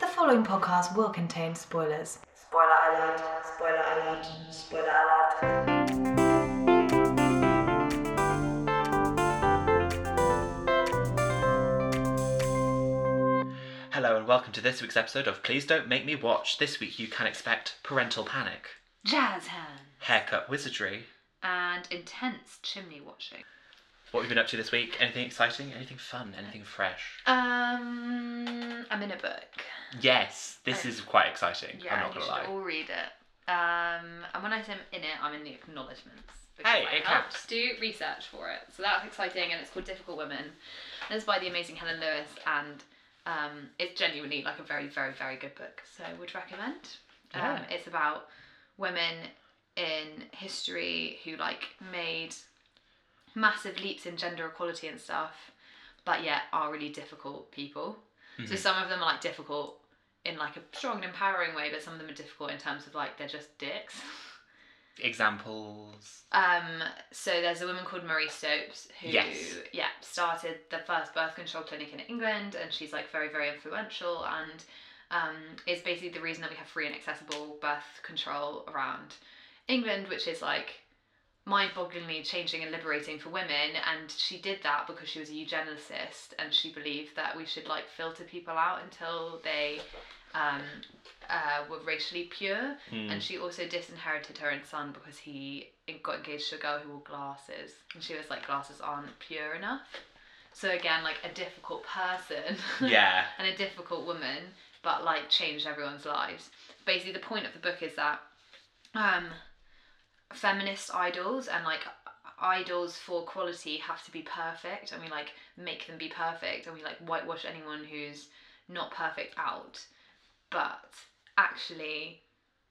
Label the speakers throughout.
Speaker 1: following podcast will contain spoilers.
Speaker 2: Spoiler alert, spoiler alert, spoiler alert.
Speaker 3: Hello and welcome to this week's episode of Please Don't Make Me Watch. This week you can expect parental panic,
Speaker 4: jazz hand,
Speaker 3: haircut wizardry.
Speaker 4: and intense chimney watching.
Speaker 3: What have you been up to this week? Anything exciting? Anything fun? Anything fresh?
Speaker 4: Um, I'm in a book.
Speaker 3: Yes, this is quite exciting.
Speaker 4: Yeah,
Speaker 3: I'm
Speaker 4: and
Speaker 3: not
Speaker 4: you
Speaker 3: gonna
Speaker 4: should
Speaker 3: lie.
Speaker 4: all read it. Um, and when I say I'm in it, I'm in the acknowledgements. because
Speaker 3: Hey,
Speaker 4: I
Speaker 3: it
Speaker 4: helped
Speaker 3: counts.
Speaker 4: Do research for it, so that's exciting, and it's called Difficult Women. And it's by the amazing Helen Lewis, and um, it's genuinely like a very, very, very good book. So I would recommend. Um,
Speaker 3: Yeah.
Speaker 4: it's about women in history who like made massive leaps in gender equality and stuff, but yet are really difficult people. So
Speaker 3: Mhm.
Speaker 4: some of them are like difficult in like a strong and empowering way, but some of them are difficult in terms of like they're just dicks.
Speaker 3: Examples.
Speaker 4: Um, so there's a woman called Marie Stopes who
Speaker 3: Yes.
Speaker 4: yeah, started the first birth control clinic in England and she's like very, very influential and um, is basically the reason that we have free and accessible birth control around England, which is like mind-bogglingly changing and liberating for women and she did that because she was a eugenicist and she believed that we should like filter people out until they um, uh, were racially pure
Speaker 3: Hmm.
Speaker 4: and she also disinherited her own son because he got engaged to a girl who wore glasses and she was like glasses aren't pure enough so again like a difficult person
Speaker 3: yeah.
Speaker 4: and a difficult woman, but like changed everyone's lives. Basically, the point of the book is that um, feminist idols and like idols for quality have to be perfect, and we like make them be perfect, and we like whitewash anyone who's not perfect out. But actually,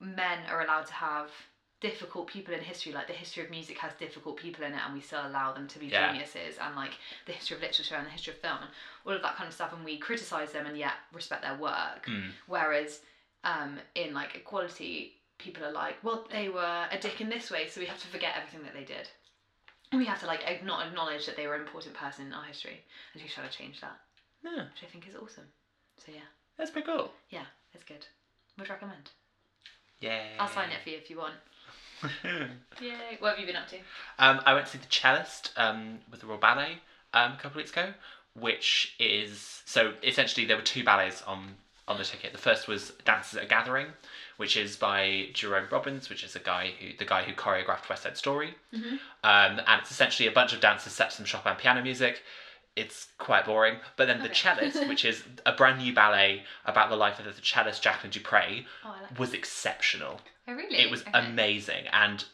Speaker 4: men are allowed to have difficult people in history like the history of music has difficult people in it and we still allow them to be
Speaker 3: Yeah.
Speaker 4: geniuses and like the history of literature and the history of film and all of that kind of stuff and we criticize them and yet respect their work
Speaker 3: Mm.
Speaker 4: whereas um in like equality people are like well they were a dick in this way so we have to forget everything that they did and we have to like ag- not acknowledge that they were an important person in our history and who's trying to change that
Speaker 3: Yeah,
Speaker 4: which i think is awesome so yeah
Speaker 3: that's pretty cool.
Speaker 4: yeah it's good would recommend
Speaker 3: Yeah.
Speaker 4: i'll sign it for you if you want yay what have you been up to
Speaker 3: Um, I went to see The Cellist um, with the Royal Ballet um, a couple of weeks ago, which is so essentially there were two ballets on on the ticket. The first was Dances at a Gathering, which is by Jerome Robbins, which is a guy who the guy who choreographed West Side Story,
Speaker 4: Mhm.
Speaker 3: um, and it's essentially a bunch of dancers set to some Chopin piano music. It's quite boring, but then the
Speaker 4: Okay.
Speaker 3: cellist, which is a brand new ballet about the life of the cellist Jacqueline Dupre,
Speaker 4: oh i like
Speaker 3: was exceptional.
Speaker 4: oh really
Speaker 3: It was amazing, and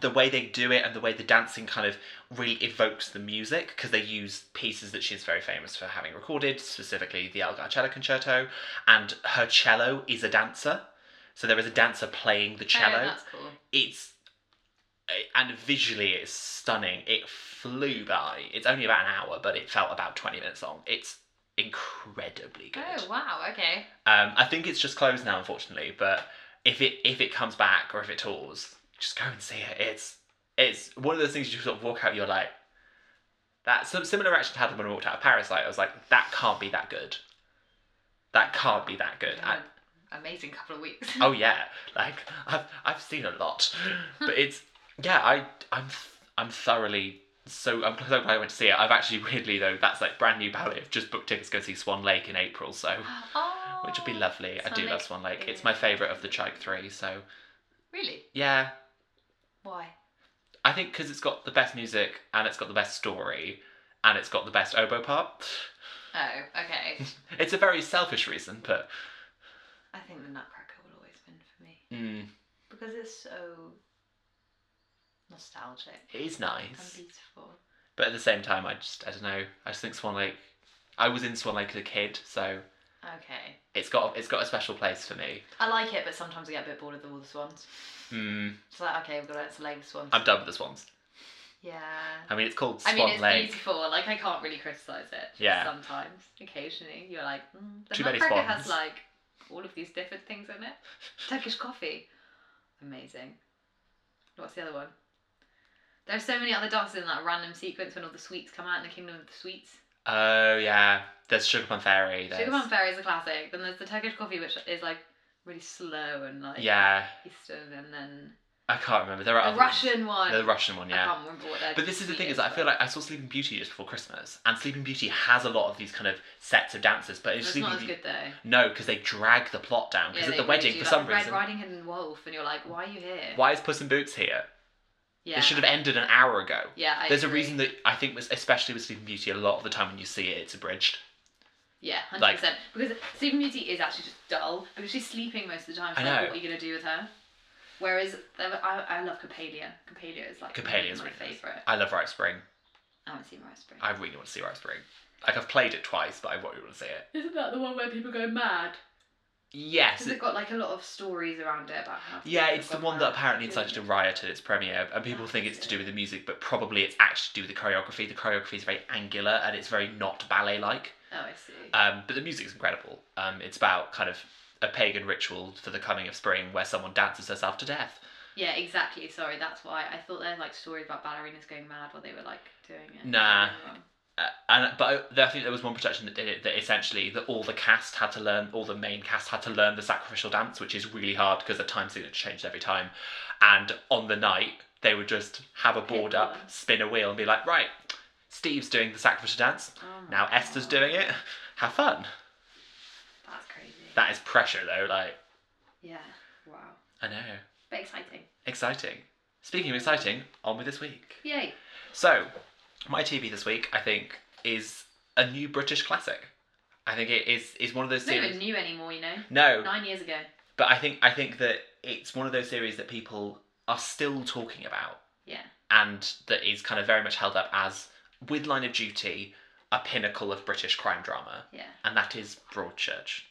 Speaker 3: the way they do it and the way the dancing kind of really evokes the music because they use pieces that she's very famous for having recorded, specifically the Elgar Cello Concerto, and her cello is a dancer, so there is a dancer playing the cello.
Speaker 4: oh, that's cool
Speaker 3: It's eh, and visually it's stunning. It flew by. It's only about an hour, but it felt about twenty minutes long. It's incredibly good.
Speaker 4: oh wow okay
Speaker 3: Um, I think it's just closed now, unfortunately. But if it if it comes back or if it tours, just go and see it. It's it's one of those things you sort of walk out. You're like that. Some similar reaction I had when I walked out of Parasite. I was like, that can't be that good. That can't be that good. And-
Speaker 4: amazing couple of weeks
Speaker 3: oh yeah, like I've I've seen a lot, but it's yeah. I I'm I'm thoroughly. So I'm so glad I went to see it. I've actually weirdly though that's like brand new ballet. I've just booked tickets to go see Swan Lake in April. So
Speaker 4: oh,
Speaker 3: which would be lovely. I
Speaker 4: Swan
Speaker 3: do love
Speaker 4: Lake
Speaker 3: Swan Lake. It's
Speaker 4: is-
Speaker 3: my favourite of the Chike three. So
Speaker 4: Really?
Speaker 3: yeah,
Speaker 4: Why?
Speaker 3: I think because it's got the best music and it's got the best story and it's got the best oboe part.
Speaker 4: Oh, okay.
Speaker 3: It's a very selfish reason, but
Speaker 4: I think the Nutcracker will always win for me
Speaker 3: mm,
Speaker 4: because it's so nostalgic
Speaker 3: it is
Speaker 4: and
Speaker 3: nice.
Speaker 4: beautiful.
Speaker 3: But at the same time, I just I don't know. I just think Swan Lake. I was in Swan Lake as a kid, so
Speaker 4: Okay.
Speaker 3: it's got it's got a special place for me.
Speaker 4: I like it, but sometimes I get a bit bored of all the swans.
Speaker 3: Mm,
Speaker 4: It's like, okay, we've got to let some lame swans.
Speaker 3: I'm done with the Swans.
Speaker 4: Yeah.
Speaker 3: I mean, it's called
Speaker 4: I
Speaker 3: Swan
Speaker 4: mean, it's
Speaker 3: Lake.
Speaker 4: beautiful. Like, I can't really criticize it.
Speaker 3: Yeah.
Speaker 4: Sometimes, occasionally, you're like, mm, the
Speaker 3: Too many
Speaker 4: Nutcracker has
Speaker 3: swans.
Speaker 4: like all of these different things in it. Turkish coffee, amazing. What's the other one? There are so many other dances in that random sequence when all the sweets come out in the Kingdom of the Sweets.
Speaker 3: Oh yeah, there's Sugar Plum Fairy. There's...
Speaker 4: Sugar Plum Fairy is a classic. Then there's the Turkish coffee, which is like really slow and like
Speaker 3: Yeah,
Speaker 4: Eastern, and then
Speaker 3: I can't remember. There are
Speaker 4: the
Speaker 3: other ones.
Speaker 4: Russian one.
Speaker 3: The Russian one,
Speaker 4: I
Speaker 3: yeah.
Speaker 4: can't remember what they're
Speaker 3: But this is the thing is that I feel like I saw Sleeping Beauty just before Christmas, and Sleeping Beauty has a lot of these kind of sets of dances, but it's
Speaker 4: it's
Speaker 3: Sleeping
Speaker 4: not as
Speaker 3: Beauty.
Speaker 4: good though.
Speaker 3: No, because they drag the plot down. Because at
Speaker 4: they
Speaker 3: the
Speaker 4: really
Speaker 3: wedding,
Speaker 4: do,
Speaker 3: for
Speaker 4: like
Speaker 3: some
Speaker 4: Red
Speaker 3: reason,
Speaker 4: Riding Hood and Wolf, and you're like, why are you here?
Speaker 3: why is Puss in Boots here?
Speaker 4: Yeah.
Speaker 3: It should have ended an hour ago.
Speaker 4: Yeah, I
Speaker 3: There's
Speaker 4: agree.
Speaker 3: a reason that I think, was- especially with Sleeping Beauty, a lot of the time when you see it, it's abridged.
Speaker 4: Yeah, hundred
Speaker 3: like-
Speaker 4: percent. Because Sleeping Beauty is actually just dull because she's sleeping most of the time. So
Speaker 3: I
Speaker 4: like,
Speaker 3: know.
Speaker 4: what are you gonna do with her? Whereas there- I, I love Capalia. Capalia is like
Speaker 3: Capella is
Speaker 4: my
Speaker 3: really nice.
Speaker 4: favorite.
Speaker 3: I love Ripe Spring.
Speaker 4: I haven't seen Rice Spring.
Speaker 3: I really want to see Ripe Spring. Like I've played it twice, but I really want to see it.
Speaker 4: Isn't that the one where people go mad?
Speaker 3: Yes.
Speaker 4: Because it got like a lot of stories around it about how.
Speaker 3: Yeah,
Speaker 4: people
Speaker 3: it's the
Speaker 4: got
Speaker 3: one that
Speaker 4: mad
Speaker 3: apparently
Speaker 4: because-
Speaker 3: decided to riot at its premiere, and people
Speaker 4: Oh,
Speaker 3: think
Speaker 4: is
Speaker 3: it's
Speaker 4: it?
Speaker 3: to do with the music, but probably it's actually to do with the choreography. The choreography is very angular and it's very not ballet like.
Speaker 4: Oh, I see.
Speaker 3: Um, but the music's incredible. Um, it's about kind of a pagan ritual for the coming of spring where someone dances herself to death.
Speaker 4: yeah, exactly. Sorry, that's why I thought there's like stories about ballerinas going mad while they were like doing it.
Speaker 3: Nah.
Speaker 4: Wrong.
Speaker 3: Uh, and but I, I think there was one production that did it that essentially that all the cast had to learn, all the main cast had to learn the sacrificial dance, which is really hard because the time signature changed every time. And on the night, they would just have a board
Speaker 4: one.
Speaker 3: up, spin a wheel, and be like, right, Steve's doing the sacrificial dance.
Speaker 4: Oh my
Speaker 3: Now Esther's
Speaker 4: God.
Speaker 3: doing it. Have fun.
Speaker 4: That's crazy.
Speaker 3: That is pressure though. Like
Speaker 4: Yeah. Wow.
Speaker 3: I know,
Speaker 4: But exciting.
Speaker 3: exciting. Speaking of exciting, on with this week.
Speaker 4: Yay.
Speaker 3: So, my TV this week, I think, is a new British classic. I think it is is one of those
Speaker 4: It's not
Speaker 3: series. Oh.
Speaker 4: even new anymore, you know.
Speaker 3: No,
Speaker 4: Nine years ago.
Speaker 3: but I think I think that it's one of those series that people are still talking about,
Speaker 4: Yeah.
Speaker 3: and that is kind of very much held up as, with Line of Duty, a pinnacle of British crime drama,
Speaker 4: Yeah.
Speaker 3: and that is Broadchurch.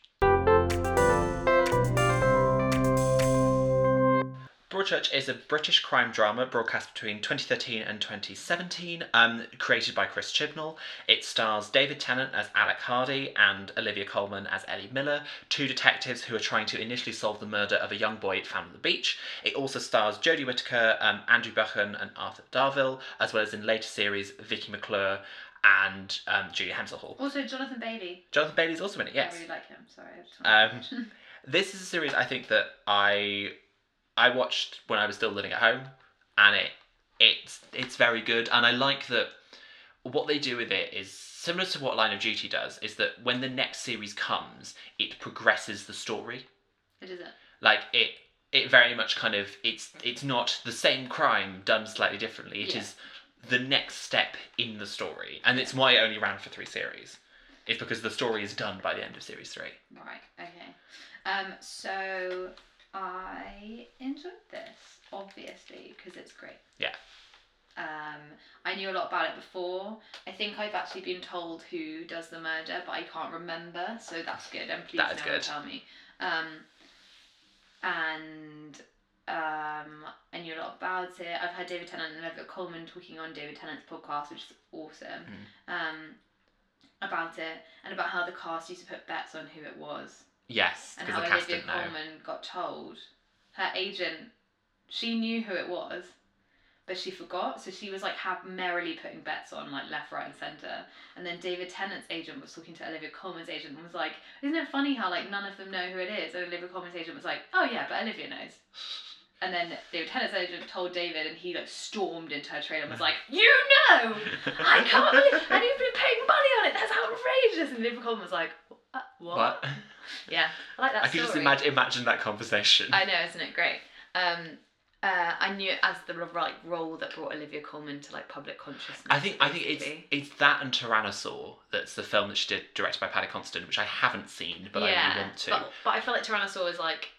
Speaker 3: Broadchurch is a British crime drama broadcast between 2013 and 2017, um, created by Chris Chibnall. It stars David Tennant as Alec Hardy and Olivia Coleman as Ellie Miller, two detectives who are trying to initially solve the murder of a young boy found on the beach. It also stars Jodie Whittaker, um, Andrew Buchan, and Arthur Darville, as well as in later series Vicky McClure and um, Julia Hemselhall.
Speaker 4: Also, Jonathan Bailey.
Speaker 3: Jonathan Bailey's also in it, yes
Speaker 4: I really like him. Sorry. I just
Speaker 3: Um,
Speaker 4: wanted to mention.
Speaker 3: this is a series I think that I I watched when I was still living at home, and it it's it's very good, and I like that what they do with it is similar to what Line of Duty does, is that when the next series comes, it progresses the story
Speaker 4: it is it.
Speaker 3: like it it very much kind of it's it's not the same crime done slightly differently It is
Speaker 4: Yeah.
Speaker 3: the next step in the story and it's why it only ran for three series it's because the story is done by the end of series three
Speaker 4: Right. Okay. Um. So I enjoyed this obviously because it's great.
Speaker 3: Yeah.
Speaker 4: Um. I knew a lot about it before. I think I've actually been told who does the murder, but I can't remember. So that's good. And please
Speaker 3: That is
Speaker 4: no one
Speaker 3: good.
Speaker 4: tell me. Um. And um, I knew a lot about it. I've heard David Tennant and Everett Coleman talking on David Tennant's podcast, which is awesome.
Speaker 3: Mm.
Speaker 4: Um. About it and about how the cast used to put bets on who it was
Speaker 3: yes
Speaker 4: and
Speaker 3: because
Speaker 4: how
Speaker 3: the cast
Speaker 4: Olivia
Speaker 3: didn't know
Speaker 4: Colman got told her agent, she knew who it was, but she forgot. So she was like have merrily putting bets on like left, right, and centre. And then David Tennant's agent was talking to Olivia Colman's agent and was like, "Isn't it funny how like none of them know who it is?" And Olivia Colman's agent was like, "Oh yeah, but Olivia knows." And then David Tennant's agent told David, and he like stormed into her trailer and was like, "You know, I can't believe, and you've been paying money on it. That's outrageous." And Olivia Colman was like, "Uh, "What?"
Speaker 3: but
Speaker 4: Yeah, I like that
Speaker 3: I could
Speaker 4: story.
Speaker 3: just imagine imagine that conversation
Speaker 4: I know, isn't it great? Um, uh, I knew it as the r- like role that brought Olivia Colman to like public consciousness.
Speaker 3: I think I think it's
Speaker 4: basically.
Speaker 3: it's that and Tyrannosaur that's the film that she did directed by Paddy Constant which I haven't seen but I really want to
Speaker 4: But, but I feel like Tyrannosaur is like,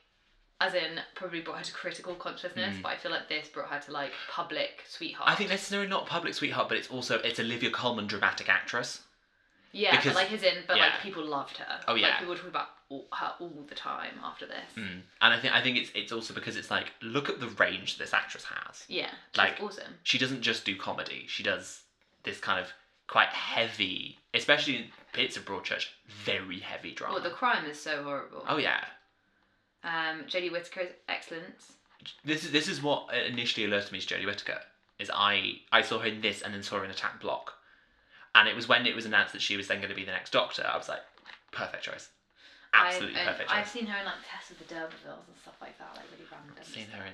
Speaker 4: as in probably brought her to critical consciousness.
Speaker 3: Mm.
Speaker 4: But I feel like this brought her to like public sweetheart.
Speaker 3: I think necessarily not public sweetheart but it's also it's Olivia Colman dramatic actress
Speaker 4: yeah,
Speaker 3: because-
Speaker 4: but like as in, but
Speaker 3: yeah.
Speaker 4: like people loved her.
Speaker 3: Oh, yeah.
Speaker 4: like, people talk about all, her all the time after this.
Speaker 3: Mm. And I think I think it's it's also because it's like look at the range this actress has.
Speaker 4: Yeah, she's
Speaker 3: Like-
Speaker 4: awesome.
Speaker 3: She doesn't just do comedy. She does this kind of quite heavy, especially in bits of Broadchurch, very heavy drama.
Speaker 4: Well, Oh, the crime is so horrible.
Speaker 3: Oh yeah,
Speaker 4: Um, Jodie Whittaker is excellent.
Speaker 3: this is this is what initially alerted me to Jodie Whittaker. Is I I saw her in this and then saw her in Attack Block, And it was when it was announced that she was then going to be the next Doctor. I was like, perfect choice, absolutely
Speaker 4: I've, uh,
Speaker 3: perfect
Speaker 4: I've,
Speaker 3: choice.
Speaker 4: seen her in like Tess of the D'Urbervilles and stuff like that, like really random.
Speaker 3: I've seen her in.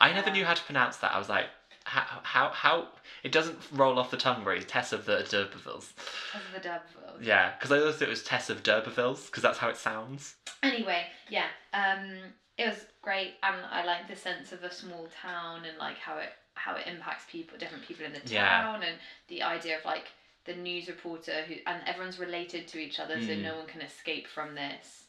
Speaker 3: I never knew how to pronounce that. I was like, how how how? It doesn't roll off the tongue very. Tess of the D'Urbervilles.
Speaker 4: Tess of the D'Urbervilles.
Speaker 3: Yeah, because I always thought it was Tess of D'Urbervilles because that's how it sounds.
Speaker 4: Anyway, yeah, um, it was great, and I like the sense of a small town and like how it how it impacts people, different people in the
Speaker 3: Yeah.
Speaker 4: town, and the idea of like the news reporter who and everyone's related to each other, so
Speaker 3: Mm.
Speaker 4: no one can escape from this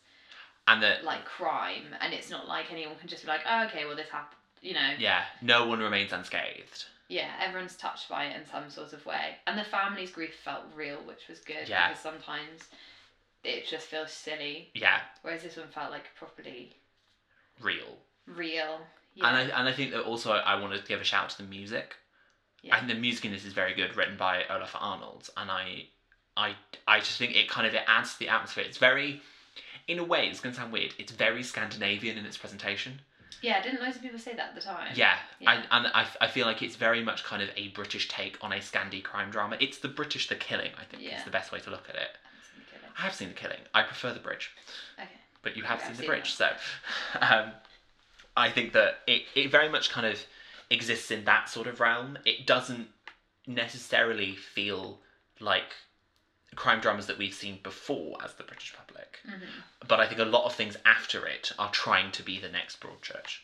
Speaker 3: And that
Speaker 4: like crime, and it's not like anyone can just be like, oh, okay, well this happened, you know.
Speaker 3: yeah, no one remains unscathed.
Speaker 4: yeah, everyone's touched by it in some sort of way. And the family's grief felt real, which was good
Speaker 3: Yeah.
Speaker 4: because sometimes it just feels silly,
Speaker 3: Yeah,
Speaker 4: whereas this one felt like properly
Speaker 3: real.
Speaker 4: real.
Speaker 3: And I and I think that also I, I want to give a shout out to the music.
Speaker 4: Yeah.
Speaker 3: I think the music in this is very good, written by Olaf Arnold, and I, I, I just think it kind of it adds to the atmosphere. It's very, in a way, it's going to sound weird. It's very Scandinavian in its presentation.
Speaker 4: yeah, didn't loads of people say that at the time?
Speaker 3: Yeah,
Speaker 4: Mm. Yeah.
Speaker 3: And, and I, f- I feel like it's very much kind of a British take on a Scandi crime drama. It's the British The Killing, I think,
Speaker 4: Yeah.
Speaker 3: is the best way to look at it.
Speaker 4: Okay.
Speaker 3: I have seen The Killing. I prefer The Bridge but you have
Speaker 4: Yeah,
Speaker 3: seen
Speaker 4: I've
Speaker 3: the
Speaker 4: seen
Speaker 3: bridge, so um, I think that it, it very much kind of exists in that sort of realm. It doesn't necessarily feel like crime dramas that we've seen before as the British public,
Speaker 4: Mm-hmm.
Speaker 3: but I think a lot of things after it are trying to be the next Broadchurch.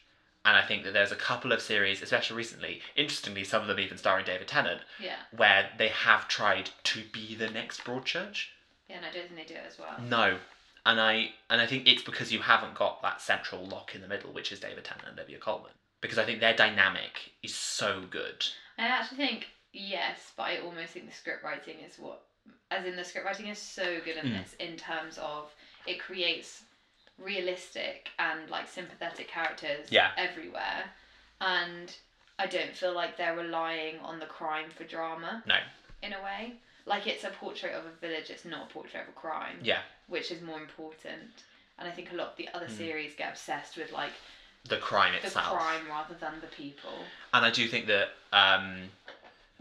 Speaker 3: And I think that there's a couple of series, especially recently, interestingly, some of them even starring David Tennant,
Speaker 4: Yeah.
Speaker 3: where they have tried to be the next Broadchurch.
Speaker 4: Yeah, and I don't think they do it as well.
Speaker 3: No, and I and I think it's because you haven't got that central lock in the middle, which is David Tennant and Olivia Colman, because I think their dynamic is so good.
Speaker 4: I actually think yes, but I almost think the script writing is what, as in the script writing is so good in
Speaker 3: Mm.
Speaker 4: this in terms of it creates realistic and like sympathetic characters
Speaker 3: Yeah.
Speaker 4: everywhere, and I don't feel like they're relying on the crime for drama
Speaker 3: No,
Speaker 4: in a way. Like it's a portrait of a village, it's not a portrait of a crime
Speaker 3: yeah,
Speaker 4: which is more important. And I think a lot of the other
Speaker 3: Mm.
Speaker 4: series get obsessed with like
Speaker 3: the crime
Speaker 4: the
Speaker 3: itself,
Speaker 4: crime rather than the people.
Speaker 3: and I do think that um,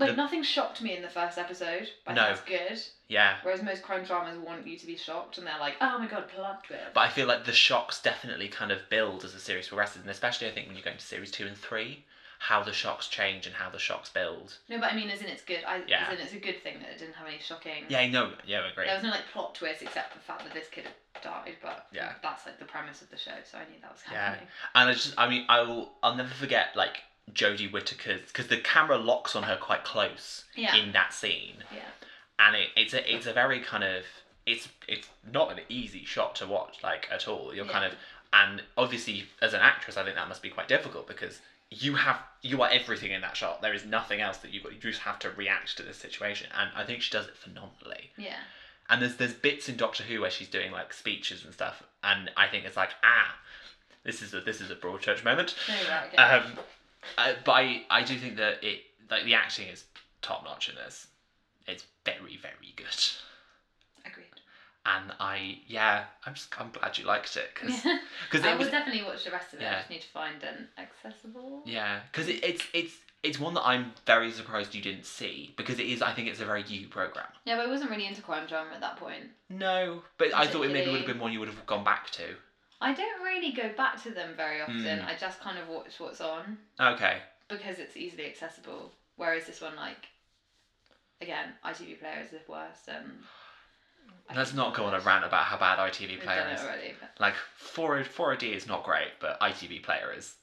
Speaker 4: Like
Speaker 3: The-
Speaker 4: nothing shocked me in the first episode, but
Speaker 3: No.
Speaker 4: I think that's good.
Speaker 3: yeah,
Speaker 4: Whereas most crime dramas want you to be shocked, and they're like, "Oh my god, plot twist."
Speaker 3: but I feel like the shocks definitely kind of build as the series progresses, and especially I think when you go into series two and three, how the shocks change and how the shocks build.
Speaker 4: no, but I mean, isn't it's good? I,
Speaker 3: Yeah.
Speaker 4: Isn't it's a good thing that it didn't have any shocking?
Speaker 3: Yeah, no, yeah, I agree.
Speaker 4: There was no like plot twist except the fact that this kid had died, but
Speaker 3: Yeah.
Speaker 4: that's like the premise of the show, so I knew that was
Speaker 3: Yeah.
Speaker 4: happening.
Speaker 3: And I just, I mean, I will, I'll never forget like Jodie Whittaker's because the camera locks on her quite close
Speaker 4: Yeah.
Speaker 3: in that scene.
Speaker 4: Yeah.
Speaker 3: and it, it's a it's a very kind of it's it's not an easy shot to watch like at all. You're kind
Speaker 4: Yeah.
Speaker 3: of and obviously as an actress, I think that must be quite difficult because you have you are everything in that shot. There is nothing else that you got. You just have to react to this situation, and I think she does it phenomenally.
Speaker 4: Yeah.
Speaker 3: And there's there's bits in Doctor Who where she's doing like speeches and stuff, and I think it's like ah, this is a this is a Broadchurch moment.
Speaker 4: No, you're right, okay.
Speaker 3: Um, I, but I, I do think that it like the acting is top notch in this. It's very very good,
Speaker 4: Agreed.
Speaker 3: and I yeah I'm just I'm glad you liked it because
Speaker 4: I
Speaker 3: it
Speaker 4: will
Speaker 3: was
Speaker 4: definitely watch the rest of it.
Speaker 3: Yeah.
Speaker 4: I just need to find an accessible.
Speaker 3: yeah because it, it's it's it's one that I'm very surprised you didn't see because it is I think it's a very you program.
Speaker 4: Yeah, but I wasn't really into crime drama at that point.
Speaker 3: No, but I thought it maybe
Speaker 4: Particularly-
Speaker 3: would have been one you would have gone back to.
Speaker 4: I don't really go back to them very often.
Speaker 3: Mm.
Speaker 4: I just kind of watch what's on
Speaker 3: Okay,
Speaker 4: because it's easily accessible. Whereas this one, like, again, ITV Player is the worst. Um, I
Speaker 3: let's
Speaker 4: think-
Speaker 3: not go on a rant about how bad ITV
Speaker 4: We've
Speaker 3: Player
Speaker 4: done it
Speaker 3: is.
Speaker 4: already. But
Speaker 3: Like 4 4OD is not great, but ITV Player is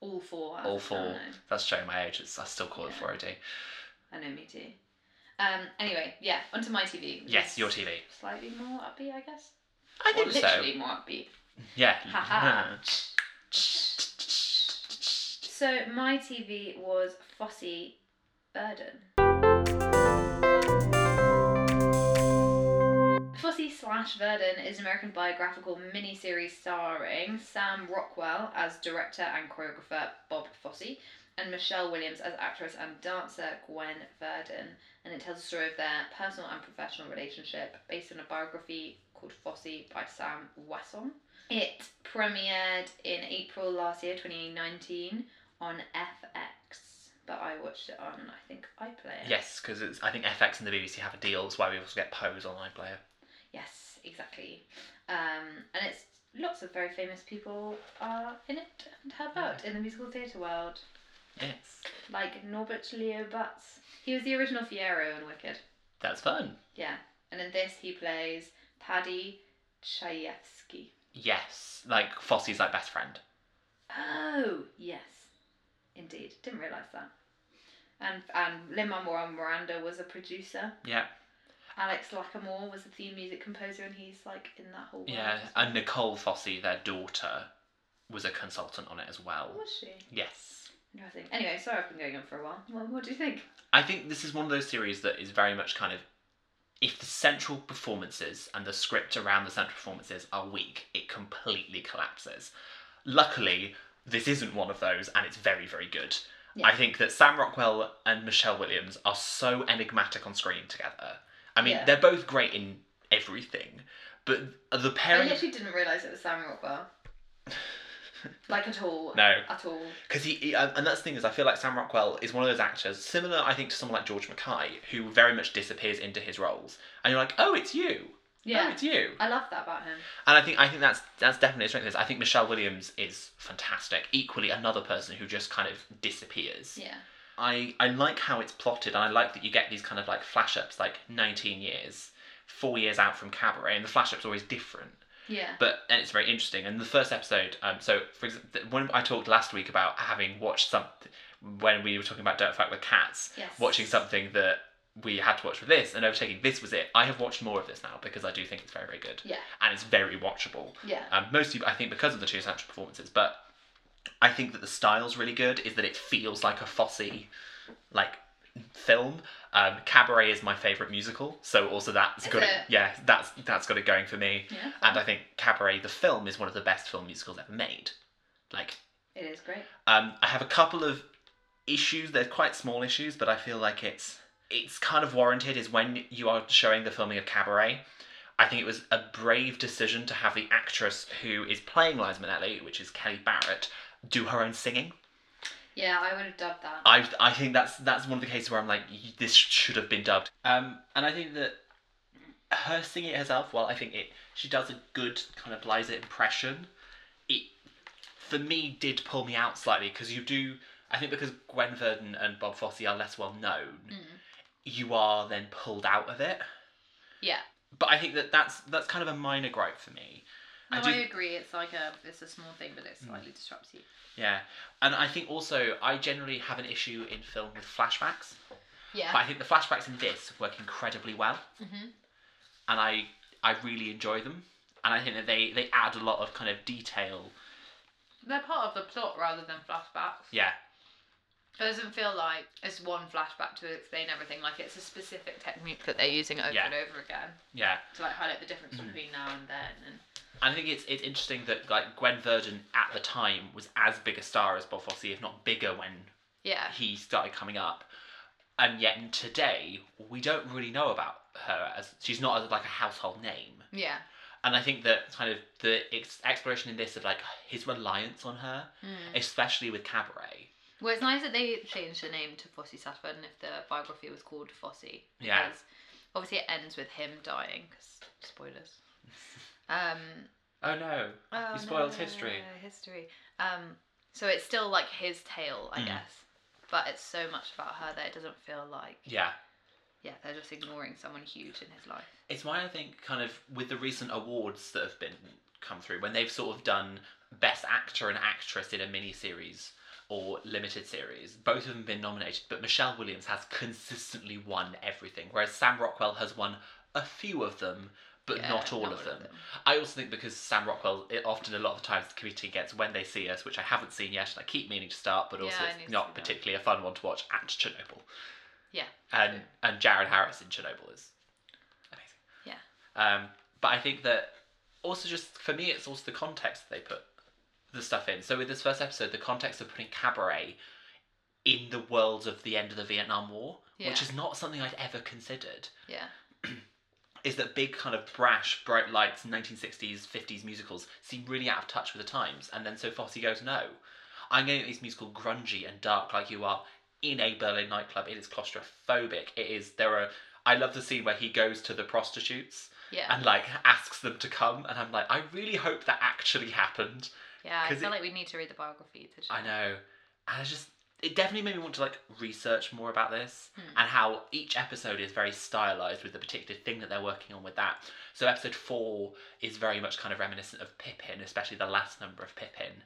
Speaker 4: all four. I
Speaker 3: all
Speaker 4: don't
Speaker 3: four.
Speaker 4: know.
Speaker 3: That's showing my age. It's, I still call it
Speaker 4: Yeah.
Speaker 3: 4OD.
Speaker 4: I know me too. Um. Anyway, yeah. Onto my TV. which
Speaker 3: Yes,
Speaker 4: is
Speaker 3: your TV.
Speaker 4: Slightly more upbeat, I guess.
Speaker 3: I
Speaker 4: Or literally more upbeat.
Speaker 3: Yeah.
Speaker 4: Ha So my TV was Fossey Burden. Fossey slash Verdon is an American biographical miniseries starring Sam Rockwell as director and choreographer Bob Fosse and Michelle Williams as actress and dancer Gwen Verdon. And it tells the story of their personal and professional relationship based on a biography called Fosse by Sam Wesson. It premiered in April last year, 2019, on FX. but I watched it on I think iPlayer.
Speaker 3: Yes, because it's I think FX and the BBC have a deal. That's why we also get Pose on iPlayer.
Speaker 4: Yes, exactly. Um, and it's lots of very famous people are in it and help out in the musical theatre world,
Speaker 3: Yes,
Speaker 4: like Norbert Leo Butz. He was the original Fiero in Wicked.
Speaker 3: that's fun.
Speaker 4: Yeah, and in this he plays Paddy Chayefsky.
Speaker 3: Yes, like Fosse's like best friend.
Speaker 4: Oh yes, indeed. Didn't realise that. And and Lin Manuel Miranda was a producer.
Speaker 3: Yeah,
Speaker 4: Alex Lackamore was the theme music composer, and he's like in that whole. world
Speaker 3: yeah.
Speaker 4: as well.
Speaker 3: And Nicole Fosse, their daughter, was a consultant on it as well.
Speaker 4: was she?
Speaker 3: Yes.
Speaker 4: Interesting. Anyway, sorry I've been going on for a while. Well, what do you think?
Speaker 3: I think this is one of those series that is very much kind of if the central performances and the script around the central performances are weak, it completely collapses. Luckily, this isn't one of those and it's very, very good.
Speaker 4: Yeah.
Speaker 3: I think that Sam Rockwell and Michelle Williams are so enigmatic on screen together. I mean,
Speaker 4: Yeah.
Speaker 3: they're both great in everything, but the
Speaker 4: I
Speaker 3: pairing.
Speaker 4: literally didn't realise it was Sam Rockwell. like at all.
Speaker 3: No.
Speaker 4: At all.
Speaker 3: Because he, he- and and that's the thing is, I feel like Sam Rockwell is one of those actors, similar, I think, to someone like George Mackay, who very much disappears into his roles, and you're like, oh, it's you, oh,
Speaker 4: Yeah.
Speaker 3: it's you,
Speaker 4: I love that about him.
Speaker 3: and I think I think that's that's definitely a strength. of his. I think Michelle Williams is fantastic. Equally, another person who just kind of disappears.
Speaker 4: Yeah.
Speaker 3: I I like how it's plotted, and I like that you get these kind of like flash ups, like 19 years, four years out from Cabaret, and the flash up's always different
Speaker 4: Yeah.
Speaker 3: but and it's very interesting. And the first episode, um, so for example, when I talked last week about having watched something when we were talking about Dirt Fact with Cats,
Speaker 4: Yes.
Speaker 3: watching something that we had to watch with this and overtaking this was it. I have watched more of this now because I do think it's very very good
Speaker 4: Yeah.
Speaker 3: and it's very watchable.
Speaker 4: Yeah.
Speaker 3: Um, mostly I think because of the two central performances, but I think that the style's really good. Is that it feels like a Fosse like film. Um, Cabaret is my favorite musical, so also that's
Speaker 4: Is
Speaker 3: got
Speaker 4: it?
Speaker 3: Yeah, that's that's got it going for me.
Speaker 4: Yeah.
Speaker 3: Um, And I think Cabaret, the film, is one of the best film musicals ever made. Like,
Speaker 4: It is great.
Speaker 3: um, I have a couple of issues. They're quite small issues, but I feel like it's it's kind of warranted. Is when you are showing the filming of Cabaret. I think it was a brave decision to have the actress who is playing Liza Minnelli, which is Kelly Barrett, do her own singing.
Speaker 4: Yeah, I would have dubbed that.
Speaker 3: I I think that's that's one of the cases where I'm like, y- this should have been dubbed. Um, and I think that her singing it herself, well, I think it she does a good kind of Liza impression. It for me did pull me out slightly because you do. I think because Gwen Verdon and Bob Fosse are less well known,
Speaker 4: Mm.
Speaker 3: you are then pulled out of it.
Speaker 4: Yeah.
Speaker 3: But I think that that's that's kind of a minor gripe for me.
Speaker 4: No,
Speaker 3: I
Speaker 4: I,
Speaker 3: do Mm.
Speaker 4: agree. It's like a it's a small thing, but it slightly disrupts you.
Speaker 3: Yeah, and I think also I generally have an issue in film with flashbacks. But
Speaker 4: Yeah.
Speaker 3: I think the flashbacks in this work incredibly well,
Speaker 4: hmm
Speaker 3: and I I really enjoy them, and I think that they they add a lot of kind of detail.
Speaker 4: They're part of the plot rather than flashbacks.
Speaker 3: Yeah,
Speaker 4: It doesn't feel like it's one flashback to explain everything. Like it's a specific technique that they're using over
Speaker 3: Yeah.
Speaker 4: and over again
Speaker 3: yeah,
Speaker 4: to like highlight the difference
Speaker 3: Mhm.
Speaker 4: between now and then. And
Speaker 3: I think it's it's interesting that like Gwen Verdon at the time was as big a star as Bob Fosse, if not bigger, when
Speaker 4: yeah.
Speaker 3: he started coming up, and yet today we don't really know about her as she's not as like a household name.
Speaker 4: Yeah.
Speaker 3: And I think that kind of the ex- exploration in this of like his reliance on her,
Speaker 4: Mm.
Speaker 3: especially with Cabaret.
Speaker 4: Well, it's nice that they changed the name to Fosse Saturn if the biography was called Fosse.
Speaker 3: Yeah.
Speaker 4: because Obviously, it ends with him dying. 'cause spoilers. Um.
Speaker 3: Oh no,
Speaker 4: oh,
Speaker 3: You spoiled history.
Speaker 4: no, History. Um. So it's still like his tale, I
Speaker 3: Mm.
Speaker 4: guess, but it's so much about her that it doesn't feel like
Speaker 3: yeah.
Speaker 4: yeah they're just ignoring someone huge in his life.
Speaker 3: It's why I think kind of with the recent awards that have been come through, when they've sort of done best actor and actress in a mini series or limited series, both of them been nominated, but Michelle Williams has consistently won everything, whereas Sam Rockwell has won a few of them, but
Speaker 4: Yeah,
Speaker 3: not all of them. I also think because Sam Rockwell, it often a lot of the times the community gets when they see us, which I haven't seen yet, and I keep meaning to start, but also
Speaker 4: Yeah, I need
Speaker 3: it's
Speaker 4: to
Speaker 3: not
Speaker 4: see that.
Speaker 3: particularly a fun one to watch. And Chernobyl,
Speaker 4: Yeah.
Speaker 3: and
Speaker 4: true.
Speaker 3: and Jared Harris in Chernobyl is amazing.
Speaker 4: Yeah.
Speaker 3: Um, but I think that also just for me, it's also the context that they put the stuff in. So with this first episode, the context of putting cabaret in the world of the end of the Vietnam War, which
Speaker 4: Yeah.
Speaker 3: is not something I'd ever considered
Speaker 4: Yeah.
Speaker 3: is that big kind of brash, bright lights, 1960s, 50s musicals seem really out of touch with the times. And then so Fosse goes, no, I'm going to make these musical grungy and dark like you are in a Berlin nightclub. It is claustrophobic. It is there are. I love the scene where he goes to the prostitutes
Speaker 4: Yeah.
Speaker 3: and like asks them to come, and I'm like, I really hope that actually happened.
Speaker 4: Yeah. I
Speaker 3: 'cause
Speaker 4: feel
Speaker 3: it-
Speaker 4: like we need to read the biography to
Speaker 3: I know. And it's just it definitely made me want to like research more about this
Speaker 4: Hmm.
Speaker 3: and how each episode is very stylized with the particular thing that they're working on with that. So episode four is very much kind of reminiscent of Pippin, especially the last number of Pippin.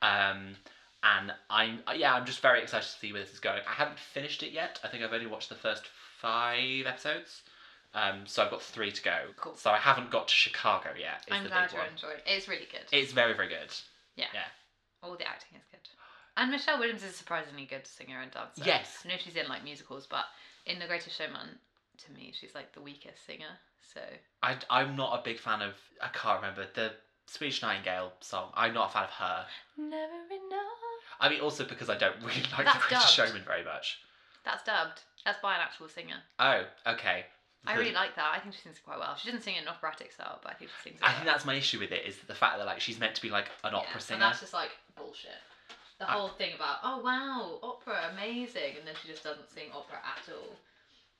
Speaker 4: hmm
Speaker 3: Um and I'm yeah, I'm just very excited to see where this is going. I haven't finished it yet. I think I've only watched the first five episodes. Um, so I've got three to go.
Speaker 4: Cool.
Speaker 3: So I haven't got to Chicago yet. Is
Speaker 4: I'm
Speaker 3: the
Speaker 4: glad
Speaker 3: big
Speaker 4: you're
Speaker 3: one.
Speaker 4: enjoying it. It's really good.
Speaker 3: It's very very good.
Speaker 4: All the acting is good. And Michelle Williams is a surprisingly good singer and dancer.
Speaker 3: Yes.
Speaker 4: I know she's in like musicals, but in The Greatest Showman, to me, she's like the weakest singer. So
Speaker 3: I, I'm not a big fan of, I can't remember, the Swedish Nightingale song. I'm not a fan of her.
Speaker 4: never enough.
Speaker 3: I mean, also because I don't really like
Speaker 4: That's
Speaker 3: The Greatest
Speaker 4: dubbed.
Speaker 3: Showman very much.
Speaker 4: That's dubbed. That's by an actual singer.
Speaker 3: Oh, okay.
Speaker 4: I
Speaker 3: The-
Speaker 4: really like that. I think she sings it quite well. She doesn't sing in an operatic style, but I think she sings. It
Speaker 3: I think
Speaker 4: well.
Speaker 3: that's my issue with it, is the fact that, like, she's meant to be, like, an opera singer.
Speaker 4: And that's just like bullshit. The
Speaker 3: I-
Speaker 4: whole thing about oh wow, opera, amazing, and then she just doesn't sing opera at all.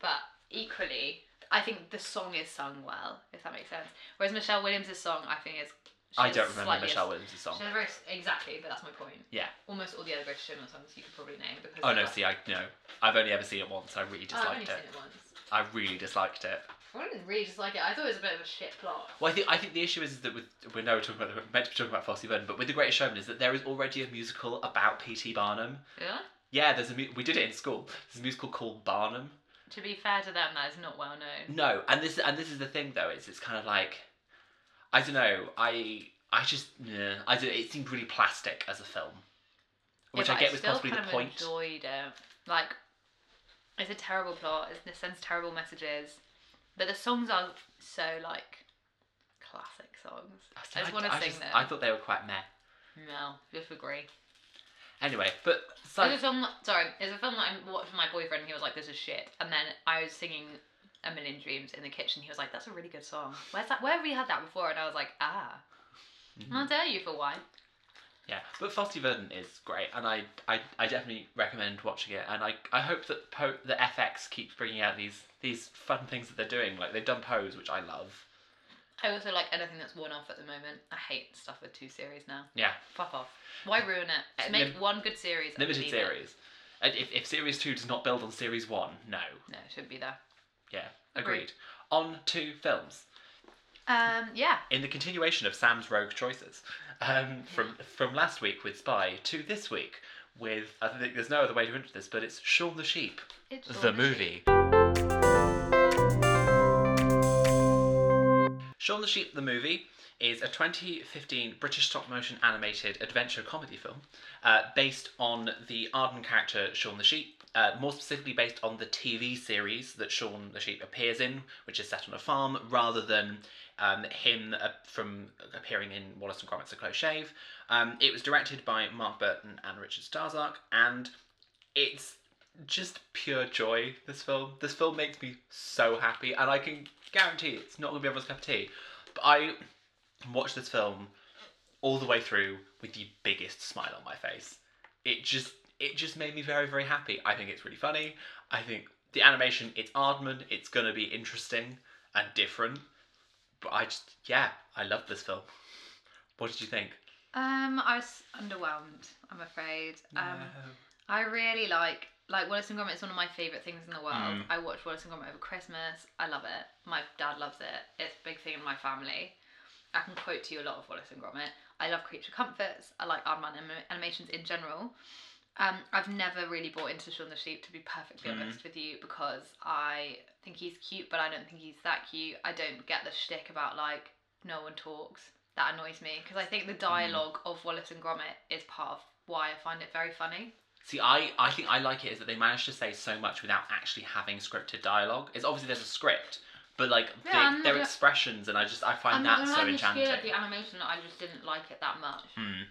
Speaker 4: But equally, I think the song is sung well, if that makes sense. Whereas Michelle Williams' song, I think is. she
Speaker 3: I
Speaker 4: has
Speaker 3: don't remember
Speaker 4: slightly a-
Speaker 3: Michelle Williams' song.
Speaker 4: She has a very s- exactly, but that's my point.
Speaker 3: Yeah.
Speaker 4: Almost all the other Greatest Showman songs you could probably name because.
Speaker 3: Oh,
Speaker 4: they're
Speaker 3: no,
Speaker 4: like-
Speaker 3: see, I, no. I've only ever seen it once. I really
Speaker 4: Oh, I've only
Speaker 3: disliked
Speaker 4: seen
Speaker 3: it.
Speaker 4: it once.
Speaker 3: I really disliked it.
Speaker 4: I didn't really dislike it. I thought it was a bit of a shit plot.
Speaker 3: Well, I think I think the issue is, that with we're now talking about we're meant to be talking about Fosse Vernon, but with The Greatest Showman is that there is already a musical about P.T. Barnum.
Speaker 4: Yeah.
Speaker 3: Yeah, there's a mu- we did it in school. There's a musical called Barnum.
Speaker 4: To be fair to them, that is not well known.
Speaker 3: No, and this and this is the thing though. It's it's kind of like, I don't know. I I just yeah, I don't, it seemed really plastic as a film, which
Speaker 4: yeah,
Speaker 3: I
Speaker 4: but
Speaker 3: get was
Speaker 4: still
Speaker 3: possibly the
Speaker 4: kind of
Speaker 3: point.
Speaker 4: Enjoyed it. Like, it's a terrible plot. It sends terrible messages, but the songs are so like classic songs. I just want to sing
Speaker 3: just-
Speaker 4: them.
Speaker 3: I thought they were quite meh.
Speaker 4: No, just agree.
Speaker 3: Anyway, but so
Speaker 4: There's a film. Sorry, there's a film that I watched with my boyfriend. and He was like, "This is shit," and then I was singing "A Million Dreams" in the kitchen. He was like, "That's a really good song. Where's that? Where have we heard that before?" And I was like, "Ah,
Speaker 3: Mhm.
Speaker 4: how dare you for wine?"
Speaker 3: yeah, but Fosse Verdon is great, and I, I, I definitely recommend watching it. And I, I hope that po- the FX keeps bringing out these these fun things that they're doing. Like they've done Pose, which I love.
Speaker 4: I also like anything that's worn off at the moment. I hate stuff with two series now.
Speaker 3: Yeah.
Speaker 4: Fuck off. Why ruin it? Just
Speaker 3: Uh,
Speaker 4: make
Speaker 3: lim-
Speaker 4: one good series. and
Speaker 3: limited
Speaker 4: leave it.
Speaker 3: series. And if, if series two does not build on series one, no.
Speaker 4: No, it shouldn't be there.
Speaker 3: Yeah, agreed.
Speaker 4: Agreed.
Speaker 3: On to films.
Speaker 4: Um, yeah.
Speaker 3: In the continuation of Sam's rogue choices, um, from from last week with Spy to this week with I think there's no other way to enter this, but it's Shaun the Sheep,
Speaker 4: It's
Speaker 3: the
Speaker 4: Shaun
Speaker 3: movie. Shaun the Sheep, the movie, is a 2015 British stop motion animated adventure comedy film uh, based on the Arden character Shaun the Sheep, uh, more specifically based on the TV series that Shaun the Sheep appears in, which is set on a farm, rather than um, him uh, from appearing in Wallace and Gromit's A Close Shave. Um, it was directed by Mark Burton and Richard Starzak, and it's just pure joy. This film, this film makes me so happy, and I can guarantee it's not gonna be everyone's cup of tea. But I watched this film all the way through with the biggest smile on my face. It just, it just made me very, very happy. I think it's really funny. I think the animation, it's Aardman. It's gonna be interesting and different. But I just, yeah, I love this film. What did you think?
Speaker 4: Um, I was underwhelmed. I'm afraid. Um,
Speaker 3: No.
Speaker 4: I really like like Wallace and Gromit is one of my favorite things in the world.
Speaker 3: Mm.
Speaker 4: I watched Wallace and Gromit over Christmas. I love it. My dad loves it. It's a big thing in my family. I can quote to you a lot of Wallace and Gromit. I love Creature Comforts. I like Aardman anim- animations in general. Um, I've never really bought into Shaun the Sheep to be perfectly
Speaker 3: Mm.
Speaker 4: honest with you because I think he's cute, but I don't think he's that cute. I don't get the shtick about like no one talks. That annoys me because I think the dialogue of Wallace and Gromit is part of why I find it very funny.
Speaker 3: See, I, I think I like it is that they managed to say so much without actually having scripted dialogue. It's obviously there's a script, but like
Speaker 4: Yeah,
Speaker 3: they-
Speaker 4: I'm not
Speaker 3: their
Speaker 4: gonna-
Speaker 3: expressions, and I just I find
Speaker 4: not
Speaker 3: that
Speaker 4: gonna
Speaker 3: so
Speaker 4: lie, I just
Speaker 3: enchanting.
Speaker 4: feel like the animation, I just didn't like it that much.
Speaker 3: Hmm.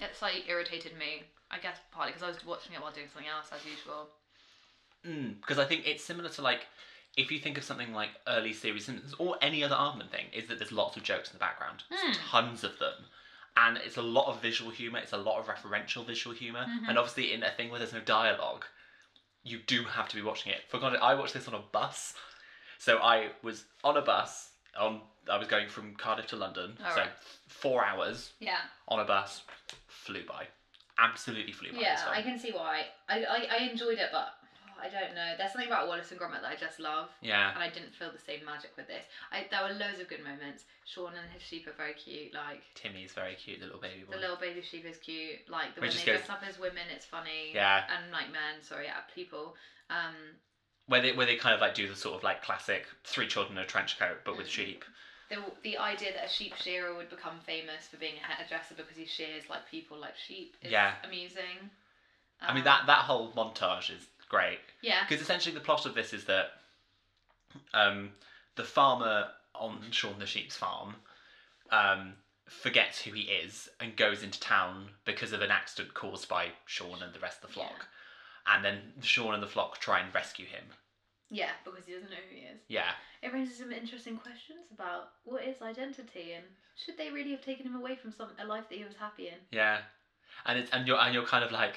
Speaker 4: It's like irritated me. I guess partly because I was watching it while doing something else as usual.
Speaker 3: Because Mm, I think it's similar to like if you think of something like early series Simpsons or any other Aardman thing, is that there's lots of jokes in the background, There's
Speaker 4: Hmm.
Speaker 3: tons of them, and it's a lot of visual humor. It's a lot of referential visual humor,
Speaker 4: Mhm.
Speaker 3: and obviously in a thing where there's no dialogue, you do have to be watching it. For context, I watched this on a bus. So I was on a bus. On I was going from Cardiff to London.
Speaker 4: All
Speaker 3: so
Speaker 4: right.
Speaker 3: four hours
Speaker 4: Yeah.
Speaker 3: on a bus flew by. Absolutely flew by. this
Speaker 4: Yeah,
Speaker 3: film.
Speaker 4: I can see why. I, I, I enjoyed it, but oh, I don't know. There's something about Wallace and Gromit that I just love,
Speaker 3: yeah.
Speaker 4: and I didn't feel the same magic with this. I, there were loads of good moments. Sean and his sheep are very cute. Like
Speaker 3: Timmy's very cute, the little baby boy.
Speaker 4: the little baby sheep is cute. Like the
Speaker 3: Which
Speaker 4: when
Speaker 3: just
Speaker 4: they
Speaker 3: goes-
Speaker 4: dress up as women, it's funny.
Speaker 3: yeah.
Speaker 4: And like men, sorry, yeah, people. Um,
Speaker 3: Where they where they kind of like do the sort of like classic three children in a trench coat but with
Speaker 4: Mm.
Speaker 3: sheep.
Speaker 4: the the idea that a sheep shearer would become famous for being a hairdresser because he shears like people like sheep is
Speaker 3: Yeah.
Speaker 4: amusing.
Speaker 3: I mean
Speaker 4: Um,
Speaker 3: that that whole montage is great.
Speaker 4: Yeah.
Speaker 3: Because essentially the plot of this is that um, the farmer on Sean the Sheep's farm um, forgets who he is and goes into town because of an accident caused by Sean and the rest of the flock. And then Sean and the flock try and rescue him.
Speaker 4: Yeah, because he doesn't know who he is.
Speaker 3: Yeah.
Speaker 4: It raises some interesting questions about what is identity and should they really have taken him away from some a life that he was happy in?
Speaker 3: Yeah. And it's and you're and you're kind of like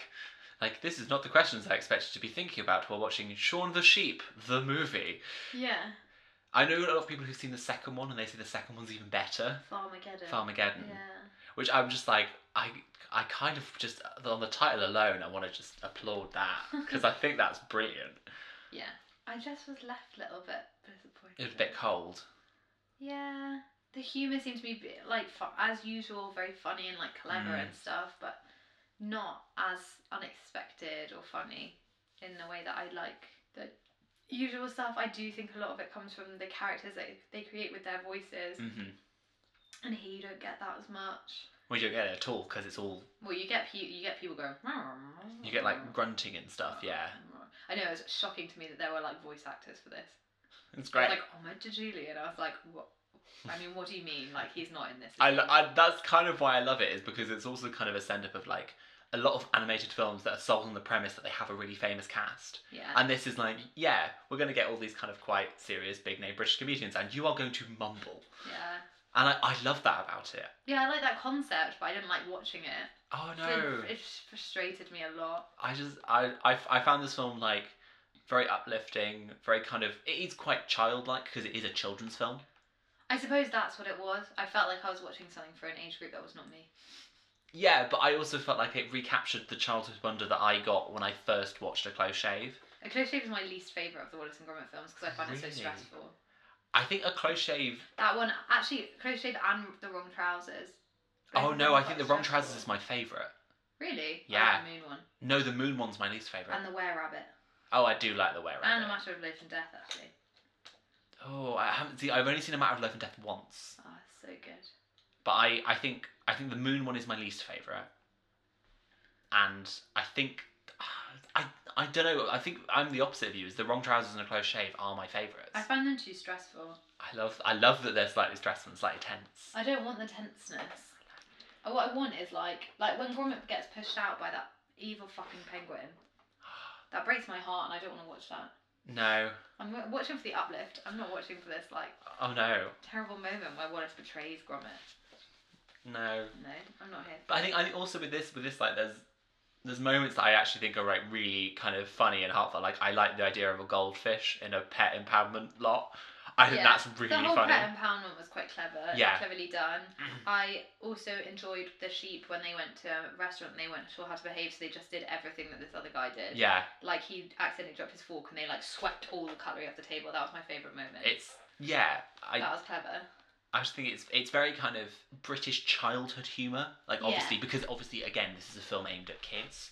Speaker 3: like this is not the questions I expected to be thinking about while watching Sean the Sheep, the movie.
Speaker 4: Yeah.
Speaker 3: I know a lot of people who've seen the second one and they say the second one's even better.
Speaker 4: Farmageddon.
Speaker 3: Farmageddon.
Speaker 4: Yeah.
Speaker 3: which I'm just like I I kind of just on the title alone I want to just applaud that because I think that's brilliant.
Speaker 4: Yeah. I just was left a little bit disappointed.
Speaker 3: It was a bit cold.
Speaker 4: Yeah. The humour seemed to be bi- like fu- as usual, very funny and like clever
Speaker 3: Mm.
Speaker 4: and stuff, but not as unexpected or funny in the way that I like the usual stuff. I do think a lot of it comes from the characters that they create with their voices,
Speaker 3: hmm
Speaker 4: and here you don't get that as much.
Speaker 3: We don't get it at all because it's all
Speaker 4: Well, you get pe- you get people going.
Speaker 3: you get like grunting and stuff. Yeah,
Speaker 4: I know it was shocking to me that there were like voice actors for this.
Speaker 3: it's
Speaker 4: I was
Speaker 3: great.
Speaker 4: like Omid Djuli, and I was like, what? I mean, what do you mean? Like he's not in this. is
Speaker 3: I,
Speaker 4: he?
Speaker 3: lo- I that's kind of why I love it is because it's also kind of a send up of like a lot of animated films that are sold on the premise that they have a really famous cast.
Speaker 4: yeah.
Speaker 3: And this is like, yeah, we're going to get all these kind of quite serious big name British comedians, and you are going to mumble.
Speaker 4: yeah.
Speaker 3: And I, I love that about it.
Speaker 4: Yeah, I like that concept, but I didn't like watching it.
Speaker 3: Oh no!
Speaker 4: It, it frustrated me a lot.
Speaker 3: I just I, I I found this film like very uplifting, very kind of it is quite childlike because it is a children's film.
Speaker 4: I suppose that's what it was. I felt like I was watching something for an age group that was not me.
Speaker 3: Yeah, but I also felt like it recaptured the childhood wonder that I got when I first watched A Close Shave.
Speaker 4: A Close Shave is my least favourite of the Wallace and Gromit films because I find it so
Speaker 3: Really?
Speaker 4: stressful.
Speaker 3: I think A Close Shave.
Speaker 4: That one, actually, Close Shave and The Wrong Trousers. Both
Speaker 3: Oh
Speaker 4: of
Speaker 3: no,
Speaker 4: them
Speaker 3: I
Speaker 4: are
Speaker 3: think The
Speaker 4: quite
Speaker 3: Wrong
Speaker 4: stressful.
Speaker 3: Trousers is my favourite.
Speaker 4: Really?
Speaker 3: Yeah.
Speaker 4: I like the moon one.
Speaker 3: No, the Moon one's my least favourite.
Speaker 4: And The Were Rabbit.
Speaker 3: Oh, I do like the Were
Speaker 4: And A
Speaker 3: Rabbit.
Speaker 4: Matter of Life and Death, actually.
Speaker 3: Oh, I haven't see. I've only seen A Matter of Life and Death once,
Speaker 4: Oh, it's so good.
Speaker 3: but I I think I think the Moon one is my least favourite. and I think I I don't know. I think I'm the opposite of you. Is the wrong trousers and a close shave are my favourites.
Speaker 4: I find them too stressful.
Speaker 3: I love I love that they're slightly stressful and slightly tense.
Speaker 4: I don't want the tenseness. Uh, What I want is like like when Gromit gets pushed out by that evil fucking penguin. That breaks my heart, and I don't want to watch that.
Speaker 3: No,
Speaker 4: I'm wa- watching for the uplift. I'm not watching for this like
Speaker 3: oh no,
Speaker 4: terrible moment where Wallace betrays Gromit.
Speaker 3: no.
Speaker 4: No, I'm not here.
Speaker 3: But I think I think also with this with this like there's there's moments that I actually think are like really kind of funny and heartfelt. Like I like the idea of a goldfish in a pet impoundment lot. I think
Speaker 4: Yeah,
Speaker 3: that's really
Speaker 4: the whole
Speaker 3: funny.
Speaker 4: pet impoundment was quite clever.
Speaker 3: Yeah.
Speaker 4: Cleverly done. I also enjoyed the sheep when they went to a restaurant and they weren't sure how to behave, so they just did everything that this other guy did.
Speaker 3: Yeah,
Speaker 4: Like he accidentally dropped his fork and they like swept all the cutlery off the table. That was my favourite moment.
Speaker 3: it's yeah. I
Speaker 4: that was clever.
Speaker 3: I just think it's it's very kind of British childhood humor, like
Speaker 4: Yeah.
Speaker 3: obviously because obviously again this is a film aimed at kids.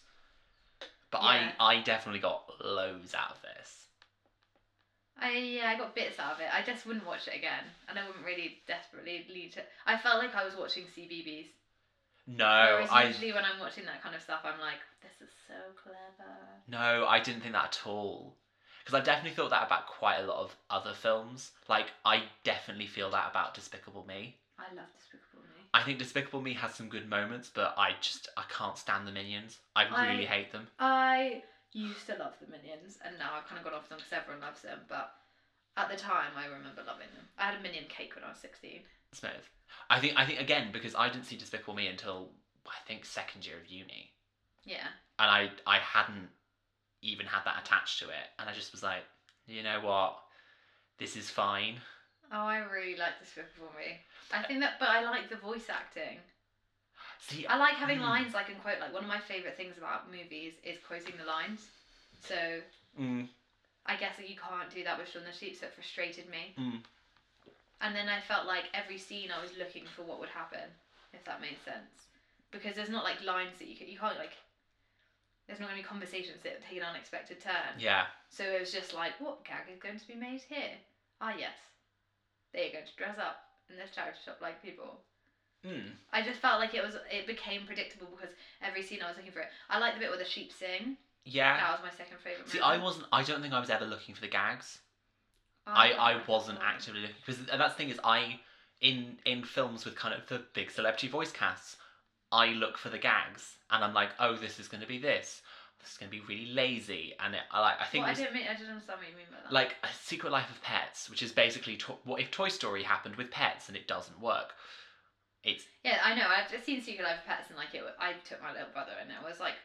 Speaker 3: But
Speaker 4: Yeah.
Speaker 3: I I definitely got loads out of this.
Speaker 4: I yeah, I got bits out of it. I just wouldn't watch it again, and I wouldn't really desperately lead to. I felt like I was watching CBBS.
Speaker 3: No,
Speaker 4: Whereas
Speaker 3: I
Speaker 4: usually when I'm watching that kind of stuff, I'm like, this is so clever.
Speaker 3: no I didn't think that at all. Because I definitely felt that about quite a lot of other films. Like I definitely feel that about Despicable Me.
Speaker 4: I love Despicable Me.
Speaker 3: I think Despicable Me has some good moments, but I just I can't stand the minions. I
Speaker 4: I-
Speaker 3: really hate them.
Speaker 4: I used to love the Minions, and now I've kind of gone off them because everyone loves them. But at the time, I remember loving them. I had a Minion cake when I was sixteen.
Speaker 3: Smith. I think I think again because I didn't see Despicable Me until I think second year of uni.
Speaker 4: Yeah,
Speaker 3: and I I hadn't even had that attached to it. And I just was like, you know what? This is fine.
Speaker 4: Oh, I really like this book for me. I think that, but I like the voice acting.
Speaker 3: See,
Speaker 4: I like having
Speaker 3: Mm.
Speaker 4: lines I can quote. Like one of my favorite things about movies is quoting the lines. So
Speaker 3: mm,
Speaker 4: I guess that you can't do that with Shaun the Sheep, so it frustrated me.
Speaker 3: Mm.
Speaker 4: And then I felt like every scene I was looking for what would happen, if that made sense, because there's not like lines that you can, you can't like. There's not going to be conversations that take an unexpected turn.
Speaker 3: yeah,
Speaker 4: So it was just like, what gag is going to be made here? Ah, yes. They are going to dress up in this charity shop like people.
Speaker 3: mm,
Speaker 4: I just felt like it was it became predictable because every scene I was looking for it. I like the bit where the sheep sing.
Speaker 3: yeah.
Speaker 4: That was my second favourite
Speaker 3: See, I
Speaker 4: moment.
Speaker 3: wasn't. I don't think I was ever looking for the gags.
Speaker 4: Oh,
Speaker 3: I,
Speaker 4: like
Speaker 3: I
Speaker 4: that
Speaker 3: wasn't
Speaker 4: one.
Speaker 3: actively looking because and that's the thing is I in in films with kind of the big celebrity voice casts, I look for the gags and I'm like, oh, this is going to be this. This is going to be really lazy, and it, I like I think
Speaker 4: Well,
Speaker 3: it was
Speaker 4: I didn't mean I didn't understand what you mean by that.
Speaker 3: like a Secret Life of Pets, which is basically to- what if Toy Story happened with pets and it doesn't work. It's
Speaker 4: yeah, I know. I've just seen Secret Life of Pets and like it. wa- I took my little brother and it was like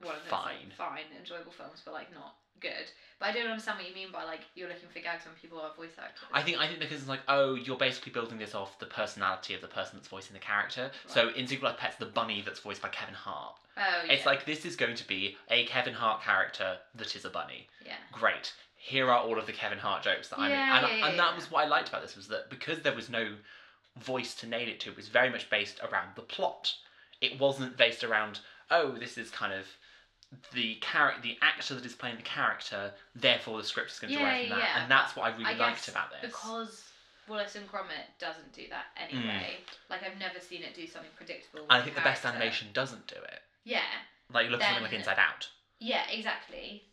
Speaker 4: one of those like,
Speaker 3: Fine.
Speaker 4: fine, enjoyable films, but like not good. But I don't understand what you mean by like you're looking for gags when people are voice actors.
Speaker 3: I think I think because it's like oh you're basically building this off the personality of the person that's voicing the character. So in Secret Life of Pets, the bunny that's voiced by Kevin Hart.
Speaker 4: Oh yeah.
Speaker 3: It's like this is going to be a Kevin Hart character that is a bunny.
Speaker 4: yeah.
Speaker 3: great. Here are all of the Kevin Hart jokes that I'm
Speaker 4: Yeah,
Speaker 3: in. And,
Speaker 4: yeah, yeah,
Speaker 3: and that
Speaker 4: yeah.
Speaker 3: was what I liked about this was that because there was no voice to nail it to, it was very much based around the plot. It wasn't based around, oh, this is kind of the character, the actor that is playing the character, therefore the script is going to
Speaker 4: Yeah,
Speaker 3: derive from that.
Speaker 4: yeah,
Speaker 3: and that's what I really
Speaker 4: I
Speaker 3: liked
Speaker 4: guess
Speaker 3: about this.
Speaker 4: Because Wallace and Gromit doesn't do that anyway. Like I've never seen it do something predictable. with
Speaker 3: and Mm. I think the best
Speaker 4: character.
Speaker 3: animation doesn't do it.
Speaker 4: Yeah,
Speaker 3: Like, you look at something
Speaker 4: Then-
Speaker 3: like Inside Out.
Speaker 4: yeah, exactly.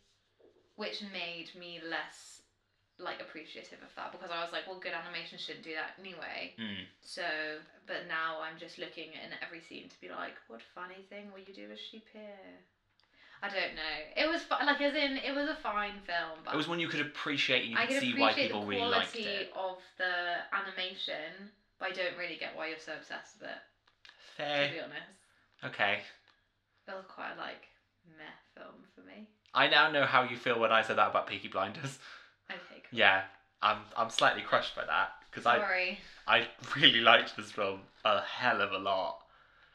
Speaker 4: Which made me less like appreciative of that because I was like, well, good animation shouldn't do that anyway.
Speaker 3: Mm.
Speaker 4: So, but now I'm just looking in every scene to be like, what funny thing will you do with sheep here? I don't know. It was fi- like as in it was a fine film, but
Speaker 3: It was one you could appreciate and you
Speaker 4: I can
Speaker 3: could see
Speaker 4: appreciate
Speaker 3: why people
Speaker 4: the
Speaker 3: really liked
Speaker 4: quality
Speaker 3: it.
Speaker 4: of the animation, but I don't really get why you're so obsessed with it. To
Speaker 3: Fair.
Speaker 4: be honest,
Speaker 3: Okay.
Speaker 4: it was quite a, like meh film for me.
Speaker 3: I now know how you feel when I said that about Peaky Blinders.
Speaker 4: Okay, cool.
Speaker 3: Yeah, I'm I'm slightly crushed by that because I
Speaker 4: sorry.
Speaker 3: I really liked this film a hell of a lot.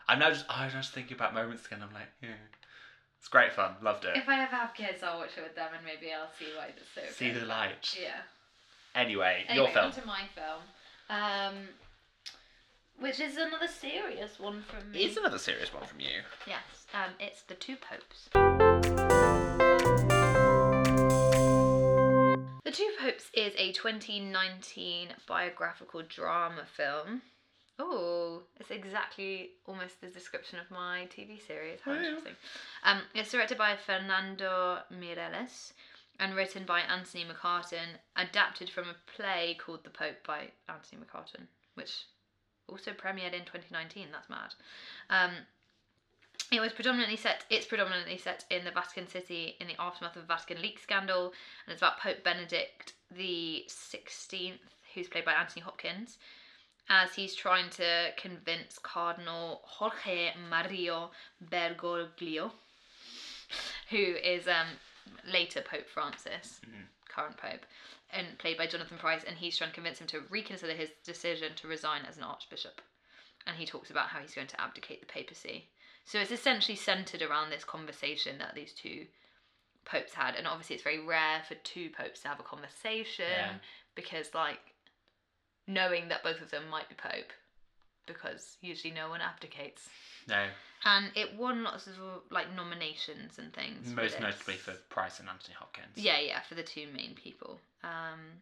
Speaker 3: I'm now just I'm just thinking about moments again. I'm like, yeah, it's great fun. Loved it.
Speaker 4: If I ever have kids, I'll watch it with them, and maybe I'll see why it's so.
Speaker 3: See
Speaker 4: good.
Speaker 3: the light.
Speaker 4: Yeah.
Speaker 3: Anyway,
Speaker 4: Anyway,
Speaker 3: your film.
Speaker 4: onto my film, um, which is another serious one from me.
Speaker 3: It's another serious one from you.
Speaker 4: Yes, um, it's The Two Popes. The Two Popes is a 2019 biographical drama film. Oh, it's exactly almost the description of my TV series. How
Speaker 3: Yeah.
Speaker 4: interesting. Um, it's directed by Fernando Mireles and written by Anthony McCartan, adapted from a play called The Pope by Anthony McCartan, which also premiered in 2019. That's mad. Um, it was predominantly set. It's predominantly set in the Vatican City in the aftermath of the Vatican leak scandal, and it's about Pope Benedict the Sixteenth, who's played by Anthony Hopkins, as he's trying to convince Cardinal Jorge Mario Bergoglio, who is um later Pope Francis,
Speaker 3: Mhm.
Speaker 4: current Pope, and played by Jonathan Price, and he's trying to convince him to reconsider his decision to resign as an archbishop. And he talks about how he's going to abdicate the papacy. So it's essentially centered around this conversation that these two popes had, and obviously it's very rare for two popes to have a conversation
Speaker 3: Yeah.
Speaker 4: because, like, knowing that both of them might be pope, because usually no one abdicates.
Speaker 3: No,
Speaker 4: And it won lots of like nominations and things. for
Speaker 3: most
Speaker 4: this.
Speaker 3: notably for Price and Anthony Hopkins.
Speaker 4: Yeah, yeah, for the two main people. Um,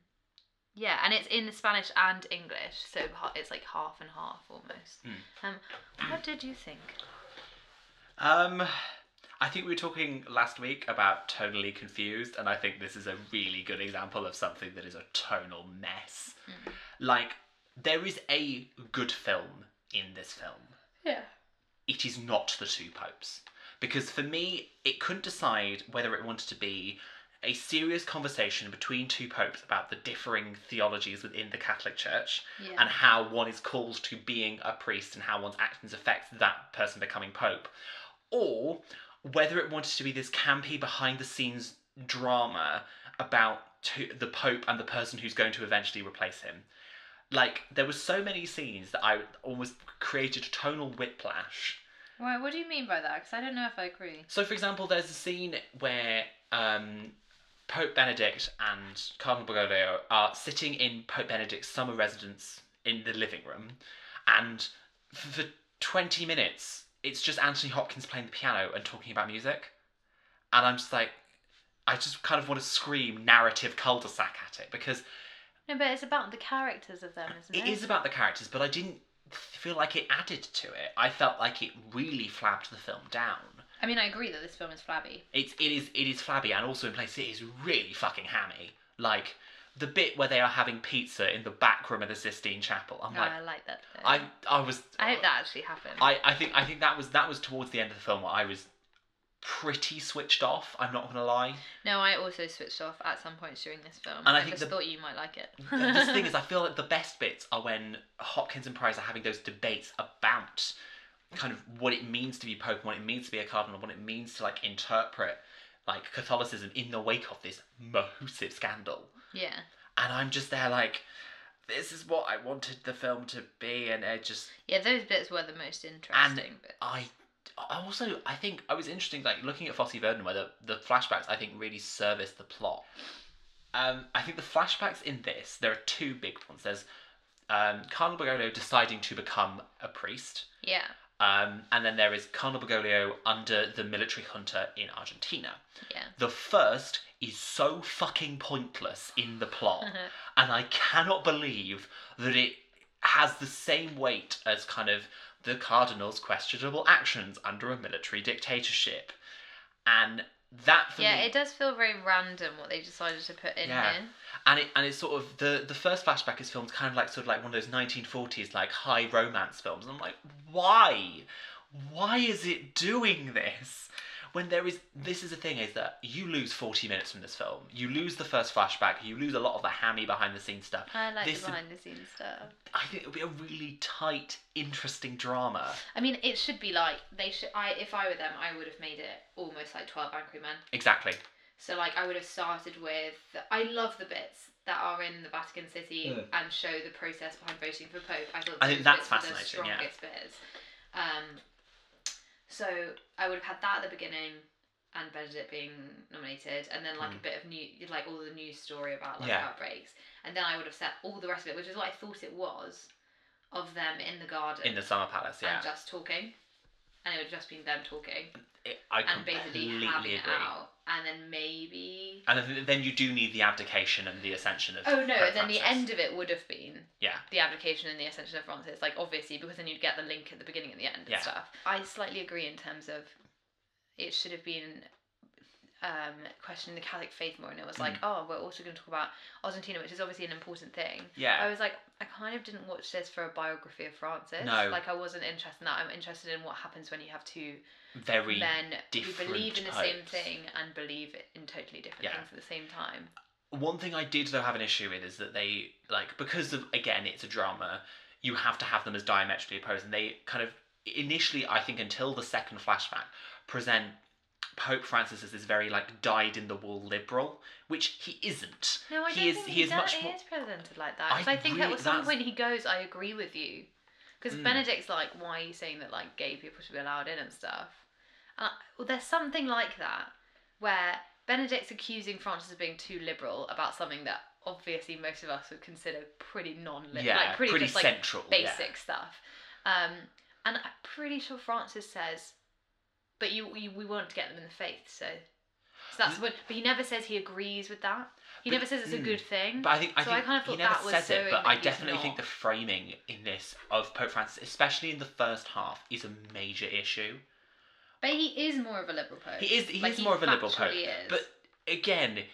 Speaker 4: yeah, and it's in Spanish and English, so ha- it's like half and half almost.
Speaker 3: Mm.
Speaker 4: Um, what did you think?
Speaker 3: Um, I think we were talking last week about tonally confused, and I think this is a really good example of something that is a tonal mess. Like, there is a good film in this film.
Speaker 4: Yeah.
Speaker 3: It is not The Two Popes. Because for me, it couldn't decide whether it wanted to be a serious conversation between two popes about the differing theologies within the Catholic Church
Speaker 4: Yeah.
Speaker 3: and how one is called to being a priest and how one's actions affect that person becoming pope. Or whether it wanted to be this campy behind the scenes drama about to, the Pope and the person who's going to eventually replace him. Like there were so many scenes that I almost created a tonal whiplash
Speaker 4: Why? What do you mean by that? Because I don't know if I agree.
Speaker 3: so, for example, there's a scene where um, Pope Benedict and Cardinal Bergoglio are sitting in Pope Benedict's summer residence in the living room, and f- for 20 minutes, it's just Anthony Hopkins playing the piano and talking about music. And I'm just like, I just kind of want to scream narrative cul de sac at it because
Speaker 4: No, but it's about the characters of them, isn't it?
Speaker 3: it is about the characters, but I didn't feel like it added to it. I felt like it really flabbed the film down.
Speaker 4: I mean, I agree that this film is flabby.
Speaker 3: It's it is it is flabby and also in place it is really fucking hammy. Like the bit where they are having pizza in the back room of the Sistine Chapel. I'm
Speaker 4: No,
Speaker 3: like
Speaker 4: Ah, I like that. Though.
Speaker 3: Oh I I was
Speaker 4: I hope that actually happened.
Speaker 3: I, I think I think that was that was towards the end of the film where I was pretty switched off, I'm not gonna lie.
Speaker 4: No, I also switched off at some points during this film.
Speaker 3: And I
Speaker 4: I,
Speaker 3: think
Speaker 4: just
Speaker 3: the-
Speaker 4: thought you might like it.
Speaker 3: this thing is I feel like the best bits are when Hopkins and Price are having those debates about kind of what it means to be Pope, and what it means to be a cardinal, what it means to like interpret like Catholicism in the wake of this massive scandal.
Speaker 4: yeah.
Speaker 3: and I'm just there like, this is what I wanted the film to be, and it just
Speaker 4: Yeah, those bits were the most interesting bits.
Speaker 3: I. I also I think I was interesting like looking at Fosse Verdon where the, the flashbacks I think really service the plot. Um, I think the flashbacks in this there are two big ones. There's um, Cardinal Bergoglio deciding to become a priest,
Speaker 4: Yeah.
Speaker 3: um, and then there is Cardinal Bergoglio under the military junta in Argentina.
Speaker 4: Yeah.
Speaker 3: The first is so fucking pointless in the plot,
Speaker 4: Uh-huh.
Speaker 3: and I cannot believe that it has the same weight as kind of the Cardinal's questionable actions under a military dictatorship. And that for
Speaker 4: yeah,
Speaker 3: me,
Speaker 4: it does feel very random what they decided to put in
Speaker 3: Yeah.
Speaker 4: here.
Speaker 3: and it and it's sort of the the first flashback is filmed kind of like sort of like one of those 1940s like high romance films and i'm like why why is it doing this when there is this is the thing is that you lose 40 minutes from this film you lose the first flashback you lose a lot of the hammy behind the scenes stuff
Speaker 4: I like
Speaker 3: This-
Speaker 4: the behind the scenes stuff.
Speaker 3: i think it'll be a really tight interesting drama
Speaker 4: I mean, it should be like they should. I if I were them, I would have made it almost like Twelve Angry Men.
Speaker 3: exactly
Speaker 4: So like I would have started with I love the bits that are in the Vatican City
Speaker 3: Mm.
Speaker 4: and show the process behind voting for Pope. I thought
Speaker 3: I think
Speaker 4: those
Speaker 3: that's
Speaker 4: bits were the
Speaker 3: fascinating, yeah.
Speaker 4: strongest bits. Um, so I would have had that at the beginning and Benedict being nominated and then like a bit of new like all the news story about like
Speaker 3: Hmm. Yeah.
Speaker 4: outbreaks. And then I would have set all the rest of it, which is what I thought it was, of them in the garden
Speaker 3: in the summer palace yeah
Speaker 4: and just talking. And it would have just been them talking
Speaker 3: It- i
Speaker 4: and basically
Speaker 3: completely
Speaker 4: having
Speaker 3: agree
Speaker 4: it out, and then maybe.
Speaker 3: and then- then you do need the abdication and the ascension of
Speaker 4: Oh no!
Speaker 3: Pope
Speaker 4: And then the
Speaker 3: Francis.
Speaker 4: end of it would have been
Speaker 3: yeah
Speaker 4: the abdication and the ascension of Francis, like obviously, because then you'd get the link at the beginning and the end and
Speaker 3: Yeah.
Speaker 4: stuff. I slightly agree in terms of it should have been um, questioning the Catholic faith more, and it was
Speaker 3: Mm.
Speaker 4: like, oh, we're also going to talk about Argentina, which is obviously an important thing.
Speaker 3: yeah
Speaker 4: I was like, I kind of didn't watch this for a biography of Francis.
Speaker 3: No.
Speaker 4: Like, I wasn't interested in that. I'm interested in what happens when you have two
Speaker 3: very
Speaker 4: men who
Speaker 3: different
Speaker 4: believe in the same
Speaker 3: types.
Speaker 4: thing and believe in totally different
Speaker 3: Yeah.
Speaker 4: things at the same time.
Speaker 3: One thing I did though have an issue with is that they like because of again it's a drama, you have to have them as diametrically opposed, and they kind of initially I think until the second flashback present Pope Francis as this very like dyed in the wool liberal, which he isn't.
Speaker 4: No, I
Speaker 3: he
Speaker 4: don't
Speaker 3: is
Speaker 4: think
Speaker 3: he
Speaker 4: he,
Speaker 3: is
Speaker 4: does-
Speaker 3: much
Speaker 4: he
Speaker 3: more.
Speaker 4: is presented like that. 'Cause
Speaker 3: I
Speaker 4: I, think
Speaker 3: really-
Speaker 4: at some
Speaker 3: that's-
Speaker 4: point he goes, I agree with you. Because
Speaker 3: Mm.
Speaker 4: Benedict's like, why are you saying that like gay people should be allowed in and stuff? And I, well, there's something like that where Benedict's accusing Francis of being too liberal about something that obviously most of us would consider pretty non-liberal,
Speaker 3: yeah,
Speaker 4: like pretty,
Speaker 3: pretty
Speaker 4: just, like,
Speaker 3: central. yeah.
Speaker 4: basic stuff. Um, and I'm pretty sure Francis says, "But you, you we want to get them in the faith." So, so that's
Speaker 3: Mm.
Speaker 4: what. But he never says he agrees with that. He
Speaker 3: But-
Speaker 4: never says it's a
Speaker 3: mm.
Speaker 4: good thing.
Speaker 3: But I think I
Speaker 4: So I
Speaker 3: think
Speaker 4: kind of
Speaker 3: he
Speaker 4: thought
Speaker 3: never
Speaker 4: that was
Speaker 3: says it,
Speaker 4: showing
Speaker 3: but
Speaker 4: that
Speaker 3: I
Speaker 4: he's
Speaker 3: definitely think
Speaker 4: not-
Speaker 3: the framing in this of Pope Francis, especially in the first half, is a major issue.
Speaker 4: but he is more of a liberal pope.
Speaker 3: He is he
Speaker 4: Like,
Speaker 3: is more of a liberal pope.
Speaker 4: factually is.
Speaker 3: But again,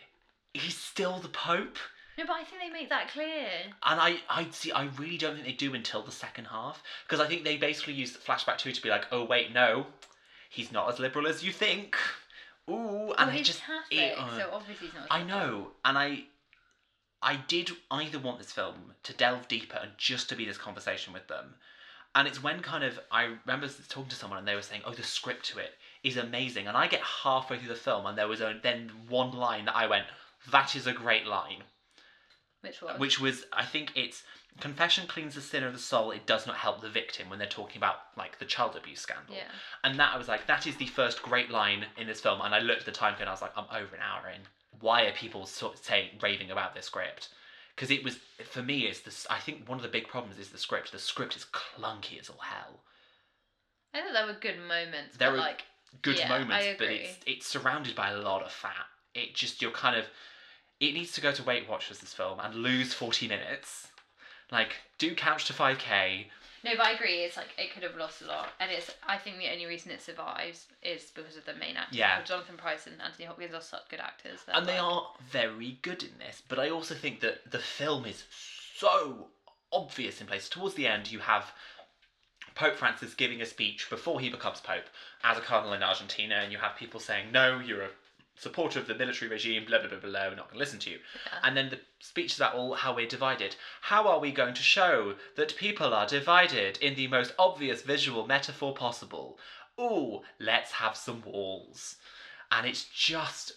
Speaker 3: he's still the pope,
Speaker 4: no, but I think they make that clear.
Speaker 3: and I I see I really don't think they do until the second half because I think they basically use the flashback two to be like, oh wait, no, he's not as liberal as you think. Ooh, and
Speaker 4: well,
Speaker 3: they
Speaker 4: he's
Speaker 3: just
Speaker 4: Catholic,
Speaker 3: it- uh,
Speaker 4: so obviously he's not. a
Speaker 3: I
Speaker 4: Catholic.
Speaker 3: know, and I I did either want this film to delve deeper and just to be this conversation with them. And it's when kind of I remember talking to someone and they were saying, "Oh, the script to it is amazing. And I get halfway through the film, and there was only, then one line that I went, "That is a great line,"
Speaker 4: Which was
Speaker 3: which was I think it's confession cleans the sinner of the soul. It does not help the victim when they're talking about like the child abuse scandal.
Speaker 4: yeah.
Speaker 3: And that I was like, that is the first great line in this film. And I looked at the time code and I was like, I'm over an hour in. Why are people sort of saying raving about this script? Because it was for me, it's this. I think one of the big problems is the script. The script is clunky as all hell.
Speaker 4: I thought there were good moments.
Speaker 3: There
Speaker 4: but
Speaker 3: were-
Speaker 4: like
Speaker 3: Good
Speaker 4: Yeah,
Speaker 3: moments,
Speaker 4: I
Speaker 3: but
Speaker 4: agree.
Speaker 3: it's it's surrounded by a lot of fat. It just you're kind of. It needs to go to Weight Watchers this film and lose forty minutes. Like do couch to five k.
Speaker 4: no, but I agree. It's like it could have lost a lot, and it's. I think the only reason it survives is because of the main actors.
Speaker 3: Yeah.
Speaker 4: Well, Jonathan Price and Anthony Hopkins are such good actors. that,
Speaker 3: and they
Speaker 4: like-
Speaker 3: are very good in this. But I also think that the film is so obvious in place. Towards the end, you have Pope Francis giving a speech before he becomes Pope as a cardinal in Argentina, and you have people saying, "No, you're a supporter of the military regime, blah blah blah blah. blah, We're not going to listen to you."
Speaker 4: Yeah.
Speaker 3: And then the speech is about all how we're divided. How are we going to show that people are divided in the most obvious visual metaphor possible? Ooh, let's have some walls. And it's just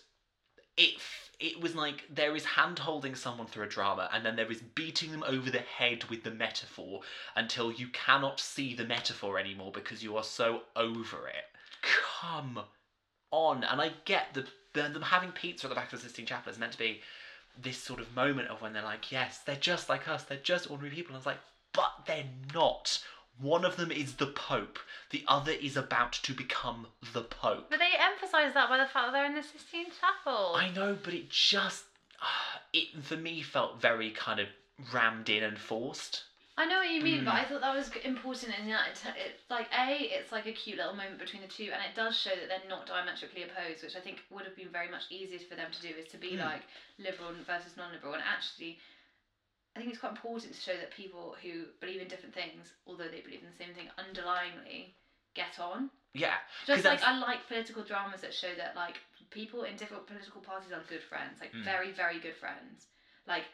Speaker 3: it f- it was like there is hand holding someone through a drama and then there is beating them over the head with the metaphor until you cannot see the metaphor anymore because you are so over it come on and i get the the- them having pizza at the back of the sistine chapel is meant to be this sort of moment of when they're like yes they're just like us they're just ordinary people and i was like but they're not one of them is the pope the other is about to become the pope
Speaker 4: But they emphasise that by the fact that they're in the Sistine Chapel.
Speaker 3: I know, but it just it for me felt very kind of rammed in and forced.
Speaker 4: I know what you mean, but I thought that was g- important in that it's it, like a, it's like a cute little moment between the two, and it does show that they're not diametrically opposed, which I think would have been very much easier for them to do is to be
Speaker 3: Mm.
Speaker 4: like liberal versus non-liberal, and actually, I think it's quite important to show that people who believe in different things, although they believe in the same thing, underlyingly get on.
Speaker 3: Yeah,
Speaker 4: Just
Speaker 3: 'Cause
Speaker 4: like
Speaker 3: that's-
Speaker 4: I like political dramas that show that like people in different political parties are good friends, like
Speaker 3: Mm.
Speaker 4: very very good friends. Like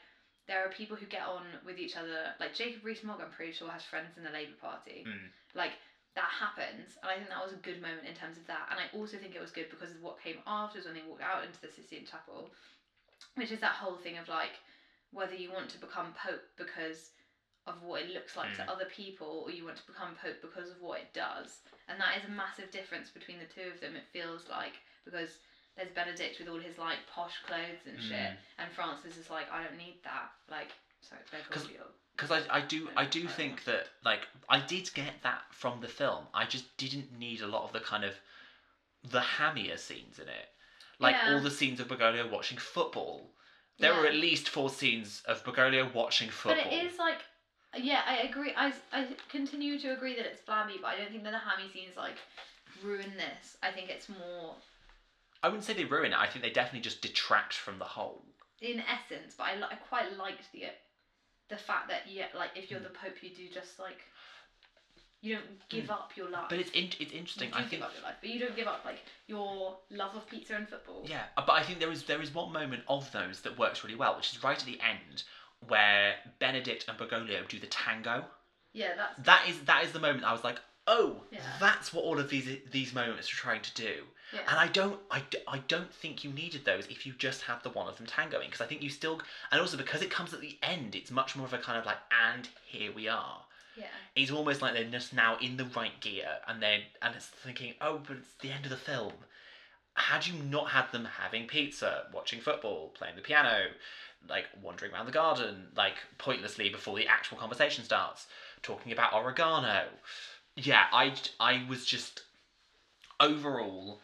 Speaker 4: there are people who get on with each other. Like Jacob Rees-Mogg, I'm pretty sure has friends in the Labour Party.
Speaker 3: Mm.
Speaker 4: Like that happens, and I think that was a good moment in terms of that. And I also think it was good because of what came afterwards when they walked out into the Sistine Chapel, which is that whole thing of like whether you want to become Pope because of what it looks like
Speaker 3: Mm.
Speaker 4: to other people, or you want to become Pope because of what it does. And that is a massive difference between the two of them, it feels like, because there's Benedict with all his like posh clothes and shit,
Speaker 3: Mm.
Speaker 4: and Francis is like, I don't need that. Like, sorry, they're
Speaker 3: 'Cause-
Speaker 4: cordial.
Speaker 3: because I, I do I do think that like I did get that from the film. I just didn't need a lot of the kind of the hammier scenes in it, like
Speaker 4: Yeah.
Speaker 3: all the scenes of Bergoglio watching football. There were
Speaker 4: Yeah.
Speaker 3: at least four scenes of Bergoglio watching
Speaker 4: But
Speaker 3: football.
Speaker 4: it is like, yeah, I agree. I, I continue to agree that it's flabby, but I don't think that the hammy scenes like ruin this. I think it's more
Speaker 3: I wouldn't say they ruin it. I think they definitely just detract from the whole.
Speaker 4: in essence, but I, li- I quite liked the the fact that yeah, like if
Speaker 3: Hmm.
Speaker 4: you're the pope, you do just like you don't give up your life.
Speaker 3: Hmm. But it's in, it's
Speaker 4: you
Speaker 3: interesting.
Speaker 4: do
Speaker 3: I
Speaker 4: give
Speaker 3: think
Speaker 4: up your life, but you don't give up like your love of pizza and football.
Speaker 3: Yeah, uh, but I think there is there is one moment of those that works really well, which is right at the end where Benedict and Bergoglio do the tango.
Speaker 4: Yeah, that's
Speaker 3: That is that is the moment I was like, oh,
Speaker 4: Yeah.
Speaker 3: that's what all of these these moments are trying to do.
Speaker 4: yeah.
Speaker 3: And I don't I, d- I don't think you needed those if you just had the one of them tangoing because I think you still and also because it comes at the end, it's much more of a kind of like and here we are.
Speaker 4: yeah.
Speaker 3: It's almost like they're just now in the right gear and then and it's thinking, oh, but it's the end of the film. Had you not had them having pizza, watching football, playing the piano, like wandering around the garden, like pointlessly before the actual conversation starts, talking about oregano. Yeah, I j- I was just overall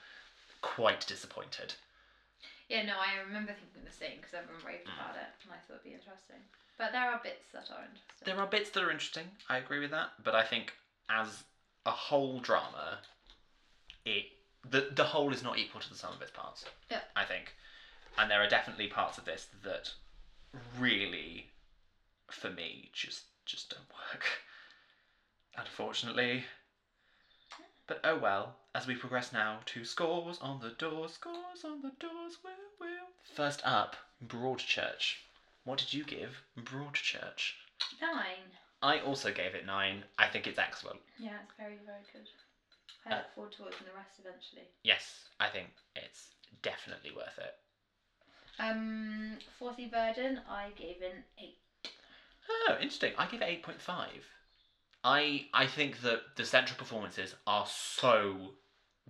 Speaker 3: quite disappointed.
Speaker 4: Yeah, no, I remember thinking the same because everyone raved
Speaker 3: Hmm.
Speaker 4: about it, and I thought it'd be interesting. But there are bits that are interesting.
Speaker 3: There are bits that are interesting. I agree with that, but I think as a whole drama, it the the whole is not equal to the sum of its parts.
Speaker 4: Yeah.
Speaker 3: I think, and there are definitely parts of this that really, for me, just just don't work. Unfortunately. But oh well, as we progress now to scores on the doors, scores on the doors, will, will. First up, Broadchurch. What did you give Broadchurch?
Speaker 4: Nine.
Speaker 3: I also gave it nine. I think it's excellent.
Speaker 4: Yeah, it's very very good.
Speaker 3: Uh.
Speaker 4: I look forward to watching the rest eventually.
Speaker 3: Yes, I think it's definitely worth it.
Speaker 4: Um, Forty Burden, I gave an eight.
Speaker 3: Oh, interesting. I give it eight point five. I I think that the central performances are so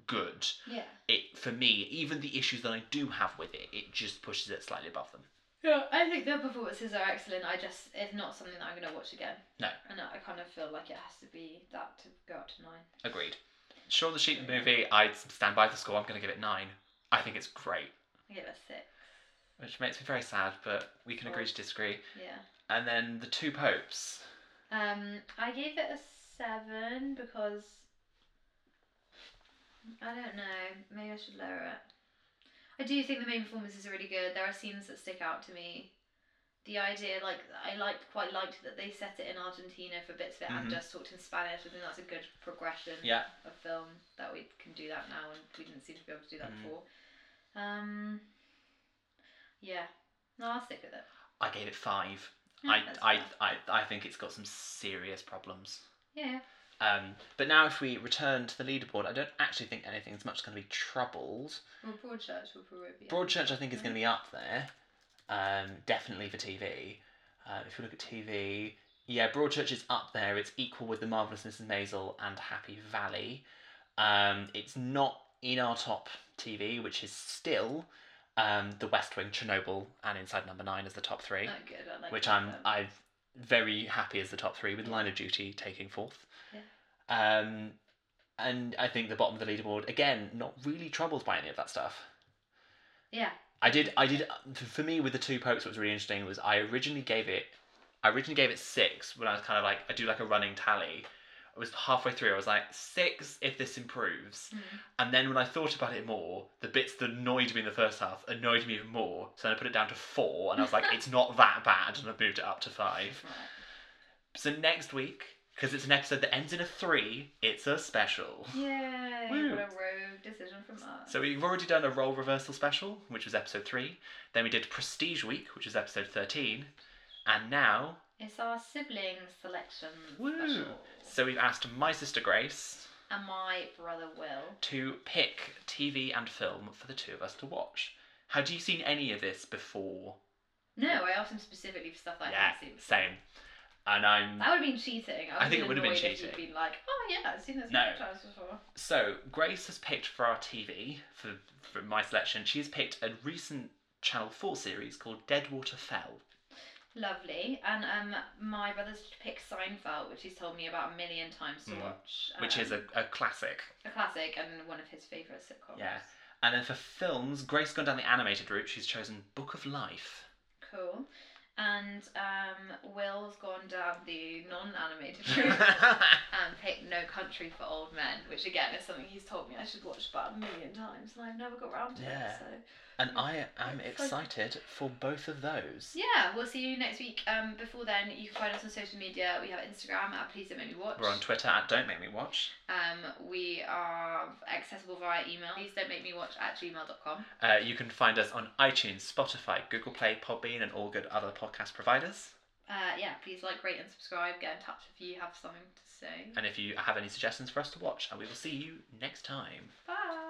Speaker 3: good.
Speaker 4: Yeah.
Speaker 3: It for me, even the issues that I do have with it, it just pushes it slightly above them.
Speaker 4: Yeah, I think their performances are excellent. I just it's not something that I'm gonna watch again.
Speaker 3: No.
Speaker 4: And I kind of feel like it has to be that to go up to nine.
Speaker 3: Agreed. Shaun the Sheep the movie, I stand by the score. I'm going to give it nine. I think it's great,
Speaker 4: I give it a six.
Speaker 3: which makes me very sad, but we can agree to disagree.
Speaker 4: Yeah.
Speaker 3: And then the two popes.
Speaker 4: Um, I gave it a seven because I don't know. Maybe I should lower it. I do think the main performances are really good. There are scenes that stick out to me. The idea, like I liked, quite liked that they set it in Argentina for bits of it and
Speaker 3: Mhm.
Speaker 4: just talked in Spanish. I think that's a good progression
Speaker 3: Yeah.
Speaker 4: of film that we can do that now, and we didn't seem to be able to do that
Speaker 3: Mhm.
Speaker 4: before. Um, yeah, no, I'll stick with it.
Speaker 3: I gave it five.
Speaker 4: Yeah,
Speaker 3: I,
Speaker 4: that's
Speaker 3: I,
Speaker 4: fair.
Speaker 3: I, I think it's got some serious problems.
Speaker 4: yeah.
Speaker 3: Um, but now, if we return to the leaderboard, I don't actually think anything's much going to be troubled.
Speaker 4: Well, Broadchurch will probably be.
Speaker 3: Broadchurch, I think, is going
Speaker 4: Mm-hmm.
Speaker 3: to be up there. Um, definitely for TV. Um, if you look at TV, yeah, Broadchurch is up there. It's equal with The Marvelous Mrs. Maisel and Happy Valley. Um, it's not in our top TV, which is still um, The West Wing, Chernobyl, and Inside Number Nine as the top three,
Speaker 4: Not Oh, good. I like
Speaker 3: which
Speaker 4: that
Speaker 3: I'm
Speaker 4: film.
Speaker 3: I'm very happy as the top three with Line of Duty taking fourth.
Speaker 4: Yeah.
Speaker 3: Um, and I think the bottom of the leaderboard again, not really troubled by any of that stuff.
Speaker 4: Yeah.
Speaker 3: I did. I did. For me, with the two pokes, what was really interesting was I originally gave it. I originally gave it six when I was kind of like I do like a running tally. I was halfway through. I was like six if this improves,
Speaker 4: Mhm.
Speaker 3: and then when I thought about it more, the bits that annoyed me in the first half annoyed me even more. So then I put it down to four, and I was like, it's not that bad, and I moved it up to five.
Speaker 4: Right.
Speaker 3: So next week, because it's an episode that ends in a three, it's a special.
Speaker 4: Yay!
Speaker 3: Woo.
Speaker 4: What a rogue decision from us.
Speaker 3: So we've already done a role reversal special, which was episode three. Then we did Prestige Week, which was episode thirteen, and now
Speaker 4: it's our sibling selection
Speaker 3: woo.
Speaker 4: special.
Speaker 3: So we've asked my sister Grace
Speaker 4: and my brother Will.
Speaker 3: to pick TV and film for the two of us to watch. Had you seen any of this before?
Speaker 4: No, I asked him specifically for stuff that I
Speaker 3: yeah,
Speaker 4: hadn't seen. before.
Speaker 3: same. And I'm
Speaker 4: That would have been cheating. I,
Speaker 3: I think it
Speaker 4: would have been
Speaker 3: would've
Speaker 4: annoyed
Speaker 3: been
Speaker 4: if
Speaker 3: cheating.
Speaker 4: You'd been like, oh yeah, I've seen this
Speaker 3: No.
Speaker 4: many times before.
Speaker 3: so Grace has picked for our TV for for my selection. She's picked a recent Channel Four series called Deadwater Fell.
Speaker 4: Lovely. And um, my brother's picked Seinfeld, which he's told me about a million times to
Speaker 3: Mm.
Speaker 4: watch.
Speaker 3: Which is a,
Speaker 4: um,
Speaker 3: a classic.
Speaker 4: a classic and one of his favourite sitcoms.
Speaker 3: Yeah. And then for films, Grace's gone down the animated route. She's chosen Book of Life.
Speaker 4: Cool. And um, Will's gone down the non-animated route
Speaker 3: I
Speaker 4: and picked No Country for Old Men, which again is something he's told me I should watch about a million times, and I've never got round to
Speaker 3: Yeah.
Speaker 4: it. So
Speaker 3: And I am excited for both of those.
Speaker 4: yeah, we'll see you next week. Um, before then, you can find us on social media. We have Instagram at Please Don't Make Me Watch.
Speaker 3: We're on Twitter at Don't Make Me Watch.
Speaker 4: Um, we are accessible via email. Please don't make me watch at gmail.com.
Speaker 3: Uh, you can find us on iTunes, Spotify, Google Play, Podbean, and all good other podcast providers.
Speaker 4: Uh, yeah, please like, rate, and subscribe. Get in touch if you have something to say.
Speaker 3: And if you have any suggestions for us to watch, and we will see you next time.
Speaker 4: Bye.